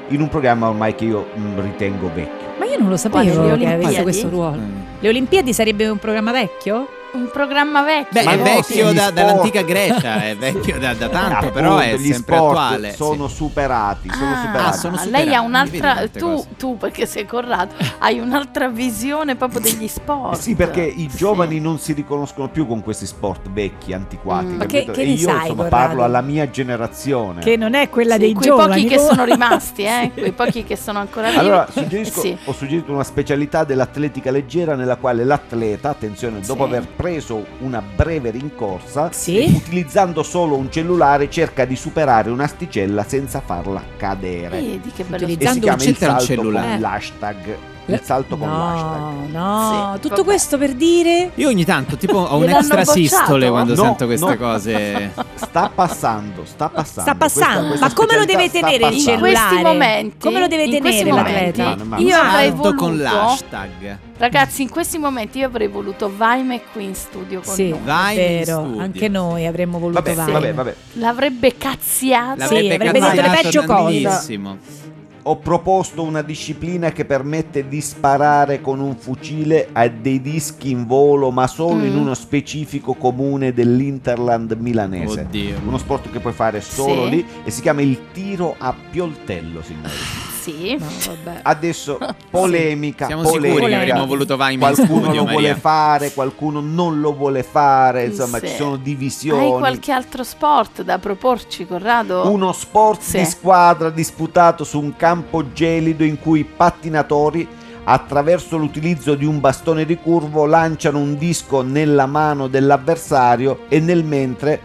Speaker 3: in un programma ormai che io mh, mm, ritengo vecchio.
Speaker 4: Ma io non
Speaker 7: Guarda,
Speaker 4: lo sapevo
Speaker 7: le
Speaker 4: che avesse
Speaker 7: Olimpiadi?
Speaker 4: questo ruolo. Le Olimpiadi sarebbe un programma vecchio?
Speaker 5: Un programma vecchio.
Speaker 2: Beh,
Speaker 3: Ma
Speaker 2: è
Speaker 3: no,
Speaker 2: vecchio
Speaker 3: sì,
Speaker 2: da-
Speaker 3: gli
Speaker 2: dall'antica
Speaker 3: sport.
Speaker 2: Grecia, è vecchio da, da tanto,
Speaker 3: Appunto,
Speaker 2: però è
Speaker 3: gli
Speaker 2: sempre
Speaker 3: sport
Speaker 2: attuale. sì.
Speaker 3: Sono superati, sono
Speaker 5: Ah,
Speaker 3: superati.
Speaker 2: Ah, sono
Speaker 5: lei ha
Speaker 2: superati, vedi
Speaker 5: un'altra.
Speaker 2: quante
Speaker 5: Tu,
Speaker 2: cose.
Speaker 5: tu, perché sei Corrado, hai un'altra visione proprio
Speaker 2: Eh
Speaker 5: degli sport.
Speaker 3: Eh Sì, perché i
Speaker 5: Sì.
Speaker 3: giovani non si riconoscono più con questi sport vecchi, antiquati.
Speaker 5: Mm. Ma
Speaker 3: capito?
Speaker 4: che- che
Speaker 3: e
Speaker 4: ne
Speaker 3: io
Speaker 4: sai,
Speaker 3: insomma
Speaker 4: Corrado?
Speaker 3: parlo alla mia generazione.
Speaker 4: Che non è quella
Speaker 5: Sì,
Speaker 4: dei
Speaker 5: quei
Speaker 4: giovani.
Speaker 5: pochi che
Speaker 4: co-
Speaker 5: sono rimasti, eh,
Speaker 4: Sì.
Speaker 5: quei pochi che sono ancora vivi.
Speaker 3: Allora, suggerisco-
Speaker 5: Sì.
Speaker 3: ho suggerito una specialità dell'atletica leggera nella quale l'atleta, attenzione, dopo
Speaker 5: Sì.
Speaker 3: aver preso una breve rincorsa,
Speaker 4: Sì.
Speaker 3: utilizzando solo un cellulare cerca di superare un'asticella senza farla cadere.
Speaker 5: Vedi che bello.
Speaker 3: E si
Speaker 4: Utilizzando
Speaker 2: un
Speaker 3: chiama il
Speaker 2: c'entra un
Speaker 3: salto
Speaker 2: cellulare.
Speaker 3: con l'hashtag. Il salto con
Speaker 4: Eh.
Speaker 3: ecco.
Speaker 4: no,
Speaker 3: l'hashtag.
Speaker 4: No,
Speaker 5: Sì,
Speaker 4: tutto
Speaker 5: vabbè.
Speaker 4: questo per dire
Speaker 2: Io ogni tanto tipo ho un
Speaker 5: Gliel'hanno
Speaker 2: extra sistole
Speaker 5: bocciato?
Speaker 2: quando
Speaker 3: No,
Speaker 2: sento queste
Speaker 3: no.
Speaker 2: cose.
Speaker 3: Sta passando, sta passando.
Speaker 4: sta passando.
Speaker 3: Questa- questa
Speaker 4: ma come lo
Speaker 3: specialità
Speaker 4: deve
Speaker 3: sta
Speaker 4: tenere il
Speaker 3: passando.
Speaker 5: In questi
Speaker 4: cellulare?
Speaker 5: momenti-
Speaker 4: Come lo deve
Speaker 5: in questi
Speaker 4: tenere
Speaker 5: momenti-
Speaker 3: Ma-
Speaker 4: l'atleta?
Speaker 3: ma-
Speaker 5: Io avrei
Speaker 2: Salto con
Speaker 5: voluto- Ah,
Speaker 2: l'hashtag.
Speaker 5: Ragazzi, in questi momenti io avrei voluto Vaime qui in studio con
Speaker 4: Sì,
Speaker 5: noi.
Speaker 2: Vai in
Speaker 4: vero,
Speaker 2: studio.
Speaker 4: anche noi avremmo voluto
Speaker 3: Vabbè,
Speaker 4: Vine.
Speaker 3: vabbè, vabbè.
Speaker 5: L'avrebbe cazziato.
Speaker 4: Sì, avrebbe detto le
Speaker 2: cazziato
Speaker 4: peggio cose.
Speaker 2: tantissimo.
Speaker 3: Ho proposto una disciplina che permette di sparare con un fucile a dei dischi in volo, ma solo
Speaker 5: Mm.
Speaker 3: in uno specifico comune dell'Interland milanese.
Speaker 2: Oddio.
Speaker 3: Uno sport che puoi fare solo
Speaker 5: Sì.
Speaker 3: lì e si chiama il tiro a pioltello, signori.
Speaker 5: Sì.
Speaker 4: No, vabbè.
Speaker 3: Adesso polemica,
Speaker 2: Siamo
Speaker 3: polemica.
Speaker 2: sicuri che avremmo
Speaker 4: Polemica.
Speaker 2: voluto vai in
Speaker 3: Qualcuno
Speaker 2: studio,
Speaker 3: lo vuole
Speaker 2: Maria.
Speaker 3: fare, qualcuno non lo vuole fare, insomma
Speaker 5: Sì.
Speaker 3: ci sono
Speaker 5: Hai
Speaker 3: divisioni.
Speaker 5: qualche altro sport da proporci,
Speaker 4: Ecco.
Speaker 5: Corrado?
Speaker 3: Uno sport
Speaker 5: Sì.
Speaker 3: di squadra disputato su un campo gelido in cui i pattinatori, attraverso l'utilizzo di un bastone di curvo, lanciano un disco nella mano dell'avversario e nel mentre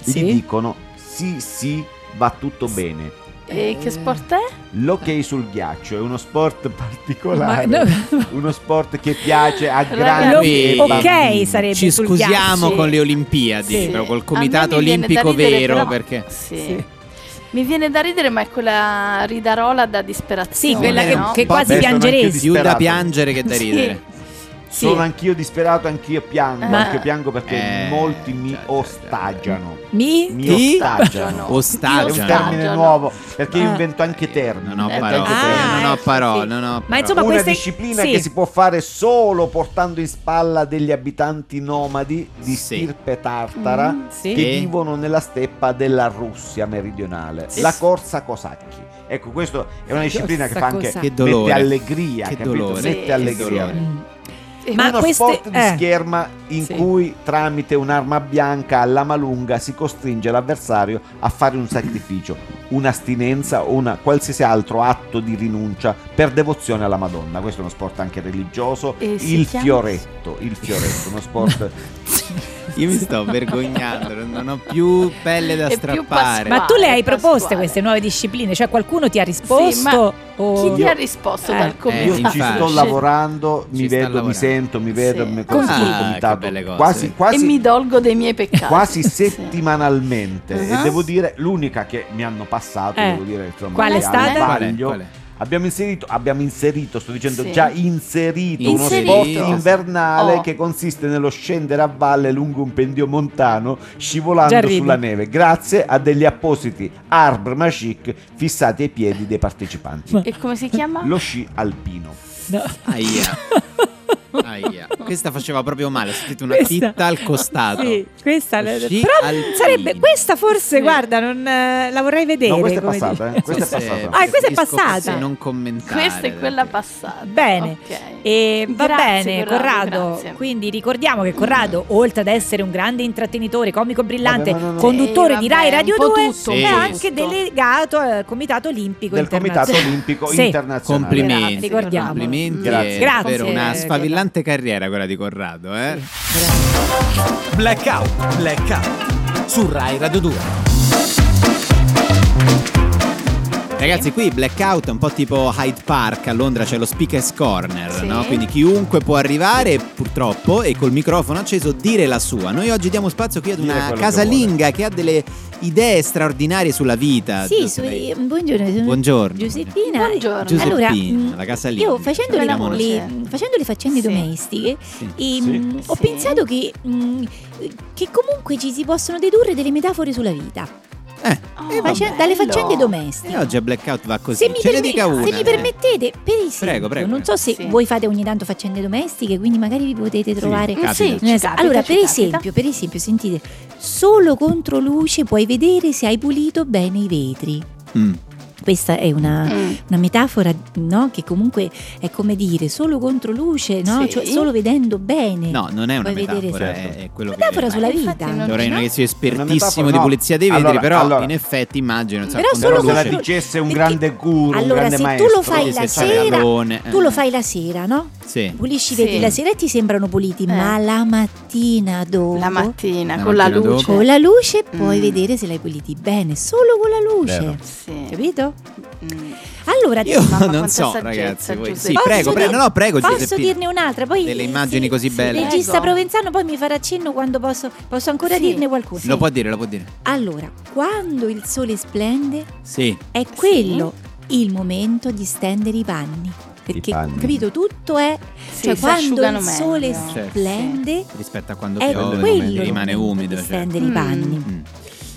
Speaker 4: Sì.
Speaker 3: gli dicono sì sì va tutto bene.
Speaker 5: E
Speaker 4: Eh.
Speaker 5: che sport è?
Speaker 3: L'hockey sul ghiaccio è uno sport
Speaker 4: Ma-
Speaker 3: particolare,
Speaker 4: no,
Speaker 3: uno sport che piace a grandi e
Speaker 5: Lo-
Speaker 4: ok,
Speaker 3: bambini.
Speaker 4: sarebbe
Speaker 2: Ci
Speaker 4: sul
Speaker 2: scusiamo
Speaker 4: ghiaccio.
Speaker 2: con le Olimpiadi,
Speaker 4: Sì.
Speaker 2: però col
Speaker 5: A me mi
Speaker 2: Comitato
Speaker 5: viene da
Speaker 2: Olimpico
Speaker 5: ridere,
Speaker 2: Vero,
Speaker 5: però-
Speaker 2: perché
Speaker 5: Sì.
Speaker 4: Sì.
Speaker 5: Mi viene da ridere, ma è quella ridarola da disperazione.
Speaker 4: Sì, quella che-
Speaker 5: no?
Speaker 4: che quasi
Speaker 3: Vabbè, sono
Speaker 4: piangeresti.
Speaker 3: anch'io
Speaker 2: più da
Speaker 3: Disperato.
Speaker 2: piangere che da
Speaker 5: Sì.
Speaker 2: ridere.
Speaker 4: Sì.
Speaker 3: Sono anch'io disperato, anch'io piango,
Speaker 5: Ma-
Speaker 3: anch'io piango perché
Speaker 2: Eh,
Speaker 3: molti mi
Speaker 2: già, già, già.
Speaker 3: ostaggiano.
Speaker 4: Mi?
Speaker 3: Mi
Speaker 2: Ti?
Speaker 3: ostaggiano. Ah,
Speaker 5: Io
Speaker 3: È un
Speaker 5: Ostaggiano.
Speaker 3: termine nuovo perché io
Speaker 4: Ah.
Speaker 3: invento anche termini.
Speaker 2: Non ho
Speaker 5: Eh,
Speaker 2: parole,
Speaker 5: perché
Speaker 4: prima-
Speaker 2: non ho
Speaker 4: Ah,
Speaker 2: parole,
Speaker 4: sì.
Speaker 2: non ho
Speaker 4: Ma
Speaker 2: parole.
Speaker 4: insomma,
Speaker 3: Una
Speaker 4: queste-
Speaker 3: disciplina
Speaker 4: sì.
Speaker 3: che si può fare solo portando in spalla degli abitanti nomadi di
Speaker 2: Sì.
Speaker 3: stirpe tartara
Speaker 5: Mm,
Speaker 4: Sì.
Speaker 3: che
Speaker 2: Sì.
Speaker 3: vivono nella steppa della Russia meridionale,
Speaker 5: Sì.
Speaker 3: la corsa cosacchi. Ecco, questa è una disciplina che fa
Speaker 4: Corsa
Speaker 3: anche
Speaker 4: cosacchi.
Speaker 2: Che dolore.
Speaker 3: mette allegria,
Speaker 2: Che
Speaker 3: capito?
Speaker 2: dolore.
Speaker 3: Mette
Speaker 5: Sì,
Speaker 3: allegria.
Speaker 2: dolore.
Speaker 4: Mm.
Speaker 5: E
Speaker 4: Ma
Speaker 3: uno
Speaker 4: queste-
Speaker 3: sport di
Speaker 4: eh.
Speaker 3: scherma in
Speaker 4: Sì.
Speaker 3: cui tramite un'arma bianca all'ama lunga si costringe l'avversario a fare un sacrificio, un'astinenza o una qualsiasi altro atto di rinuncia per devozione alla Madonna. Questo è uno sport anche religioso.
Speaker 5: E si
Speaker 3: il
Speaker 5: chiama-
Speaker 3: fioretto, il fioretto, uno sport
Speaker 2: Io mi sto vergognando, non- non ho più pelle da
Speaker 5: È più
Speaker 2: strappare.
Speaker 5: Pasquale.
Speaker 4: Ma tu le hai proposte
Speaker 5: Pasquale.
Speaker 4: queste nuove discipline? Cioè qualcuno ti ha risposto?
Speaker 5: ma
Speaker 4: o...
Speaker 5: Chi ti ha risposto
Speaker 4: Eh,
Speaker 5: dal
Speaker 3: Io
Speaker 5: comitato?
Speaker 3: ci
Speaker 2: infatti.
Speaker 3: sto lavorando, mi
Speaker 2: Ci sta
Speaker 3: vedo, mi
Speaker 2: lavorando.
Speaker 3: sento, mi vedo,
Speaker 5: Sì.
Speaker 3: mi
Speaker 2: Con
Speaker 3: col-
Speaker 2: chi?
Speaker 3: col
Speaker 2: Ah,
Speaker 3: comitato.
Speaker 2: che belle cose.
Speaker 3: Quasi,
Speaker 5: E
Speaker 3: quasi,
Speaker 5: mi dolgo dei miei peccati.
Speaker 3: quasi
Speaker 5: Sì.
Speaker 3: settimanalmente.
Speaker 5: Uh-huh.
Speaker 3: E devo dire, l'unica che mi hanno passato,
Speaker 4: Eh.
Speaker 3: devo dire, insomma,
Speaker 4: Quale
Speaker 3: che
Speaker 4: è stata?
Speaker 3: al
Speaker 2: Qual è?
Speaker 3: vaglio,
Speaker 2: Qual è?
Speaker 3: Abbiamo inserito, abbiamo inserito, sto dicendo
Speaker 5: Sì.
Speaker 3: già inserito,
Speaker 2: Inserito.
Speaker 3: uno sport invernale
Speaker 5: Oh.
Speaker 3: che consiste nello scendere a valle lungo un pendio montano
Speaker 4: Già
Speaker 3: scivolando
Speaker 4: ridi.
Speaker 3: sulla neve grazie a degli appositi arbre magic fissati ai piedi dei partecipanti.
Speaker 5: E come si chiama?
Speaker 3: Lo sci alpino.
Speaker 4: No.
Speaker 2: Aia. Aia. Questa faceva proprio male, ho sentito una
Speaker 4: Questa-
Speaker 2: titta al costato.
Speaker 4: Sì, questa
Speaker 2: Lo sci
Speaker 4: però
Speaker 2: alpino.
Speaker 4: sarebbe questa forse,
Speaker 5: Sì.
Speaker 4: guarda, non, eh, la vorrei vedere.
Speaker 3: No, questa è
Speaker 4: come
Speaker 3: passata,
Speaker 4: dire.
Speaker 3: eh, questa è
Speaker 2: Forse
Speaker 3: passata.
Speaker 4: Ah, questa è
Speaker 2: preferisco
Speaker 4: passata.
Speaker 2: forse non commentare.
Speaker 5: Questa è quella
Speaker 2: perché-
Speaker 5: passata.
Speaker 4: Bene.
Speaker 5: Ok.
Speaker 4: E va
Speaker 5: Grazie,
Speaker 4: bene, Corrado.
Speaker 5: Corrado, grazie.
Speaker 4: Quindi ricordiamo che Corrado, oltre ad essere un grande intrattenitore, comico brillante,
Speaker 3: Vabbè, ma no, no.
Speaker 4: conduttore
Speaker 5: Sì,
Speaker 4: di
Speaker 5: Eh, vabbè,
Speaker 4: Rai
Speaker 5: un
Speaker 4: Radio
Speaker 5: po'
Speaker 4: 2,
Speaker 5: tutto,
Speaker 2: un
Speaker 4: è
Speaker 2: po'
Speaker 4: anche
Speaker 5: tutto.
Speaker 4: delegato al Comitato Olimpico
Speaker 3: del Comitato
Speaker 4: Internazionale.
Speaker 3: Olimpico
Speaker 4: Sì.
Speaker 3: Internazionale.
Speaker 2: Complimenti,
Speaker 5: Grazie, ricordiamo.
Speaker 2: complimenti
Speaker 3: Grazie.
Speaker 2: è
Speaker 4: Grazie. eh,
Speaker 2: davvero una
Speaker 4: Grazie.
Speaker 2: sfavillante carriera quella di Corrado, eh?
Speaker 1: Blackout, blackout su Rai Radio 2.
Speaker 2: Ragazzi, qui blackout è un po' tipo Hyde Park, a Londra c'è lo speaker's corner,
Speaker 5: Sì.
Speaker 2: no? Quindi chiunque può arrivare, purtroppo, e col microfono acceso dire la sua. Noi oggi diamo spazio qui ad
Speaker 3: Dire
Speaker 2: una
Speaker 3: quello che
Speaker 2: casalinga che, ha delle idee straordinarie sulla vita.
Speaker 7: Sì,
Speaker 2: Giuseppe.
Speaker 7: su- buongiorno, sono
Speaker 2: Buongiorno.
Speaker 7: Giuseppina.
Speaker 5: Buongiorno.
Speaker 2: Giuseppina,
Speaker 7: allora,
Speaker 2: la
Speaker 4: mm,
Speaker 7: mh,
Speaker 2: casalinga.
Speaker 7: io facendo le,
Speaker 5: Bella
Speaker 7: le-
Speaker 5: voce.
Speaker 7: facendo le faccende
Speaker 5: Sì.
Speaker 7: domestiche e,
Speaker 4: mm,
Speaker 7: mh, ho
Speaker 5: Sì.
Speaker 7: pensato che, mh, che comunque ci si possono dedurre delle metafore sulla vita.
Speaker 2: Eh,
Speaker 5: Oh,
Speaker 4: Faccia-
Speaker 5: bello.
Speaker 4: dalle faccende
Speaker 2: E
Speaker 4: domestiche.
Speaker 2: Eh, oggi a blackout va così.
Speaker 4: Se mi,
Speaker 2: Ce ne
Speaker 4: perme-
Speaker 2: dica una. eh.
Speaker 4: se mi permettete, per esempio,
Speaker 2: Prego, prego.
Speaker 4: non so se
Speaker 5: Sì.
Speaker 4: voi fate ogni tanto faccende domestiche, quindi magari vi potete trovare.
Speaker 5: capita,
Speaker 4: Sì,
Speaker 5: ci
Speaker 4: nel-
Speaker 5: capita,
Speaker 4: allora,
Speaker 5: ci
Speaker 4: per
Speaker 5: capita.
Speaker 4: esempio, per esempio, sentite, solo contro luce puoi vedere se hai pulito bene i vetri.
Speaker 2: Mm.
Speaker 4: Questa è una,
Speaker 5: Mm.
Speaker 4: una metafora no? che comunque è come dire solo contro luce, no?
Speaker 5: Sì.
Speaker 4: Cioè, solo vedendo bene.
Speaker 2: No, non è una
Speaker 4: Puoi vedere
Speaker 2: metafora,
Speaker 3: se-
Speaker 2: è, è quello
Speaker 4: Metafora
Speaker 2: che
Speaker 4: sulla
Speaker 5: Eh, infatti
Speaker 4: vita.
Speaker 5: non-
Speaker 2: Dovrei non è che sia espertissimo
Speaker 3: metafora,
Speaker 2: di
Speaker 3: no.
Speaker 2: pulizia dei vetri,
Speaker 3: Allora,
Speaker 2: però
Speaker 3: allora.
Speaker 2: in effetti immagino insomma,
Speaker 4: Però
Speaker 2: contro
Speaker 4: solo
Speaker 3: Però
Speaker 2: luce,
Speaker 3: se la
Speaker 4: contro-
Speaker 3: dicesse un
Speaker 4: perché-
Speaker 3: grande guru, un
Speaker 4: allora,
Speaker 3: grande
Speaker 4: se
Speaker 3: maestro.
Speaker 4: tu lo fai
Speaker 2: quindi
Speaker 4: la
Speaker 2: se c'hai
Speaker 4: sera,
Speaker 2: ragione, eh.
Speaker 4: tu lo fai la sera, no?
Speaker 3: Eh.
Speaker 2: Sì.
Speaker 4: Pulisci i
Speaker 5: Sì.
Speaker 4: vetri la sera e ti sembrano puliti,
Speaker 5: Eh.
Speaker 4: ma la mattina dopo.
Speaker 5: La mattina,
Speaker 2: La
Speaker 5: con la
Speaker 2: mattina
Speaker 5: luce.
Speaker 2: dopo.
Speaker 4: Con la luce puoi
Speaker 5: Mm.
Speaker 4: vedere se l'hai puliti bene, solo con la luce.
Speaker 3: Vero.
Speaker 5: Sì.
Speaker 4: Capito?
Speaker 5: Mm.
Speaker 4: Allora,
Speaker 2: Io
Speaker 5: Mamma,
Speaker 2: non
Speaker 5: quanta
Speaker 2: so,
Speaker 5: saggezza,
Speaker 2: ragazzi. voi- Sì,
Speaker 5: Giuseppe.
Speaker 4: Posso
Speaker 2: prego,
Speaker 4: dire-
Speaker 2: prego. No, prego,
Speaker 4: posso
Speaker 2: Giuseppina.
Speaker 4: dirne un'altra, poi
Speaker 2: Delle
Speaker 4: eh,
Speaker 2: immagini
Speaker 4: sì,
Speaker 2: così
Speaker 4: sì,
Speaker 2: belle.
Speaker 4: Il regista
Speaker 5: Prego.
Speaker 4: Provenzano poi mi farà cenno quando posso, posso ancora
Speaker 5: Sì.
Speaker 4: dirne qualcuno.
Speaker 2: Lo può dire, lo può dire.
Speaker 4: Allora, quando il sole splende
Speaker 2: Sì.
Speaker 4: è quello il momento di stendere i panni. Perché,
Speaker 3: panni.
Speaker 4: capito, tutto è...
Speaker 5: Sì,
Speaker 4: cioè,
Speaker 5: si
Speaker 4: quando
Speaker 5: asciugano
Speaker 4: il sole
Speaker 5: meglio.
Speaker 2: Certo.
Speaker 4: splende
Speaker 2: Rispetto a quando
Speaker 4: è
Speaker 2: piove,
Speaker 4: quello
Speaker 2: quando
Speaker 4: il
Speaker 2: rimane
Speaker 4: momento
Speaker 2: umido.
Speaker 4: di
Speaker 2: cioè.
Speaker 4: stendere i
Speaker 5: Mm.
Speaker 4: panni.
Speaker 2: Mm.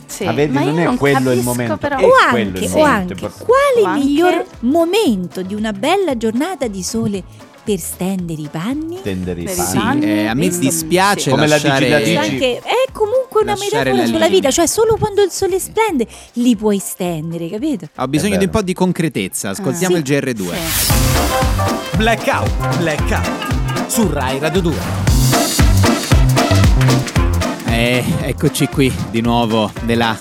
Speaker 5: Sì.
Speaker 3: Ah, vedi,
Speaker 5: Ma io
Speaker 3: non è
Speaker 5: non
Speaker 3: quello il
Speaker 5: capisco
Speaker 3: momento.
Speaker 5: Però.
Speaker 3: Eh,
Speaker 4: O
Speaker 3: quello è
Speaker 4: anche,
Speaker 3: il
Speaker 4: o
Speaker 3: momento
Speaker 4: anche,
Speaker 3: importante.
Speaker 4: quale
Speaker 5: O anche-
Speaker 4: miglior momento di una bella giornata di sole per stendere i panni?
Speaker 3: Tendere i
Speaker 5: Sì.
Speaker 3: panni.
Speaker 2: Sì, eh, a me
Speaker 5: Mm.
Speaker 2: dispiace
Speaker 5: Sì.
Speaker 3: Come la
Speaker 2: lasciare...
Speaker 3: digi- la
Speaker 4: Cioè
Speaker 3: digi-
Speaker 4: anche- è comunque una
Speaker 2: Lasciare
Speaker 4: metafora
Speaker 2: la
Speaker 4: sulla
Speaker 2: linea.
Speaker 4: vita, cioè solo quando il sole splende li puoi stendere, capito?
Speaker 2: Ho bisogno di un
Speaker 3: vero.
Speaker 2: po' di concretezza. Ascoltiamo
Speaker 4: Ah.
Speaker 2: il GR2.
Speaker 5: Sì.
Speaker 1: Blackout, blackout su Rai Radio 2.
Speaker 2: Eh, eccoci qui di nuovo nella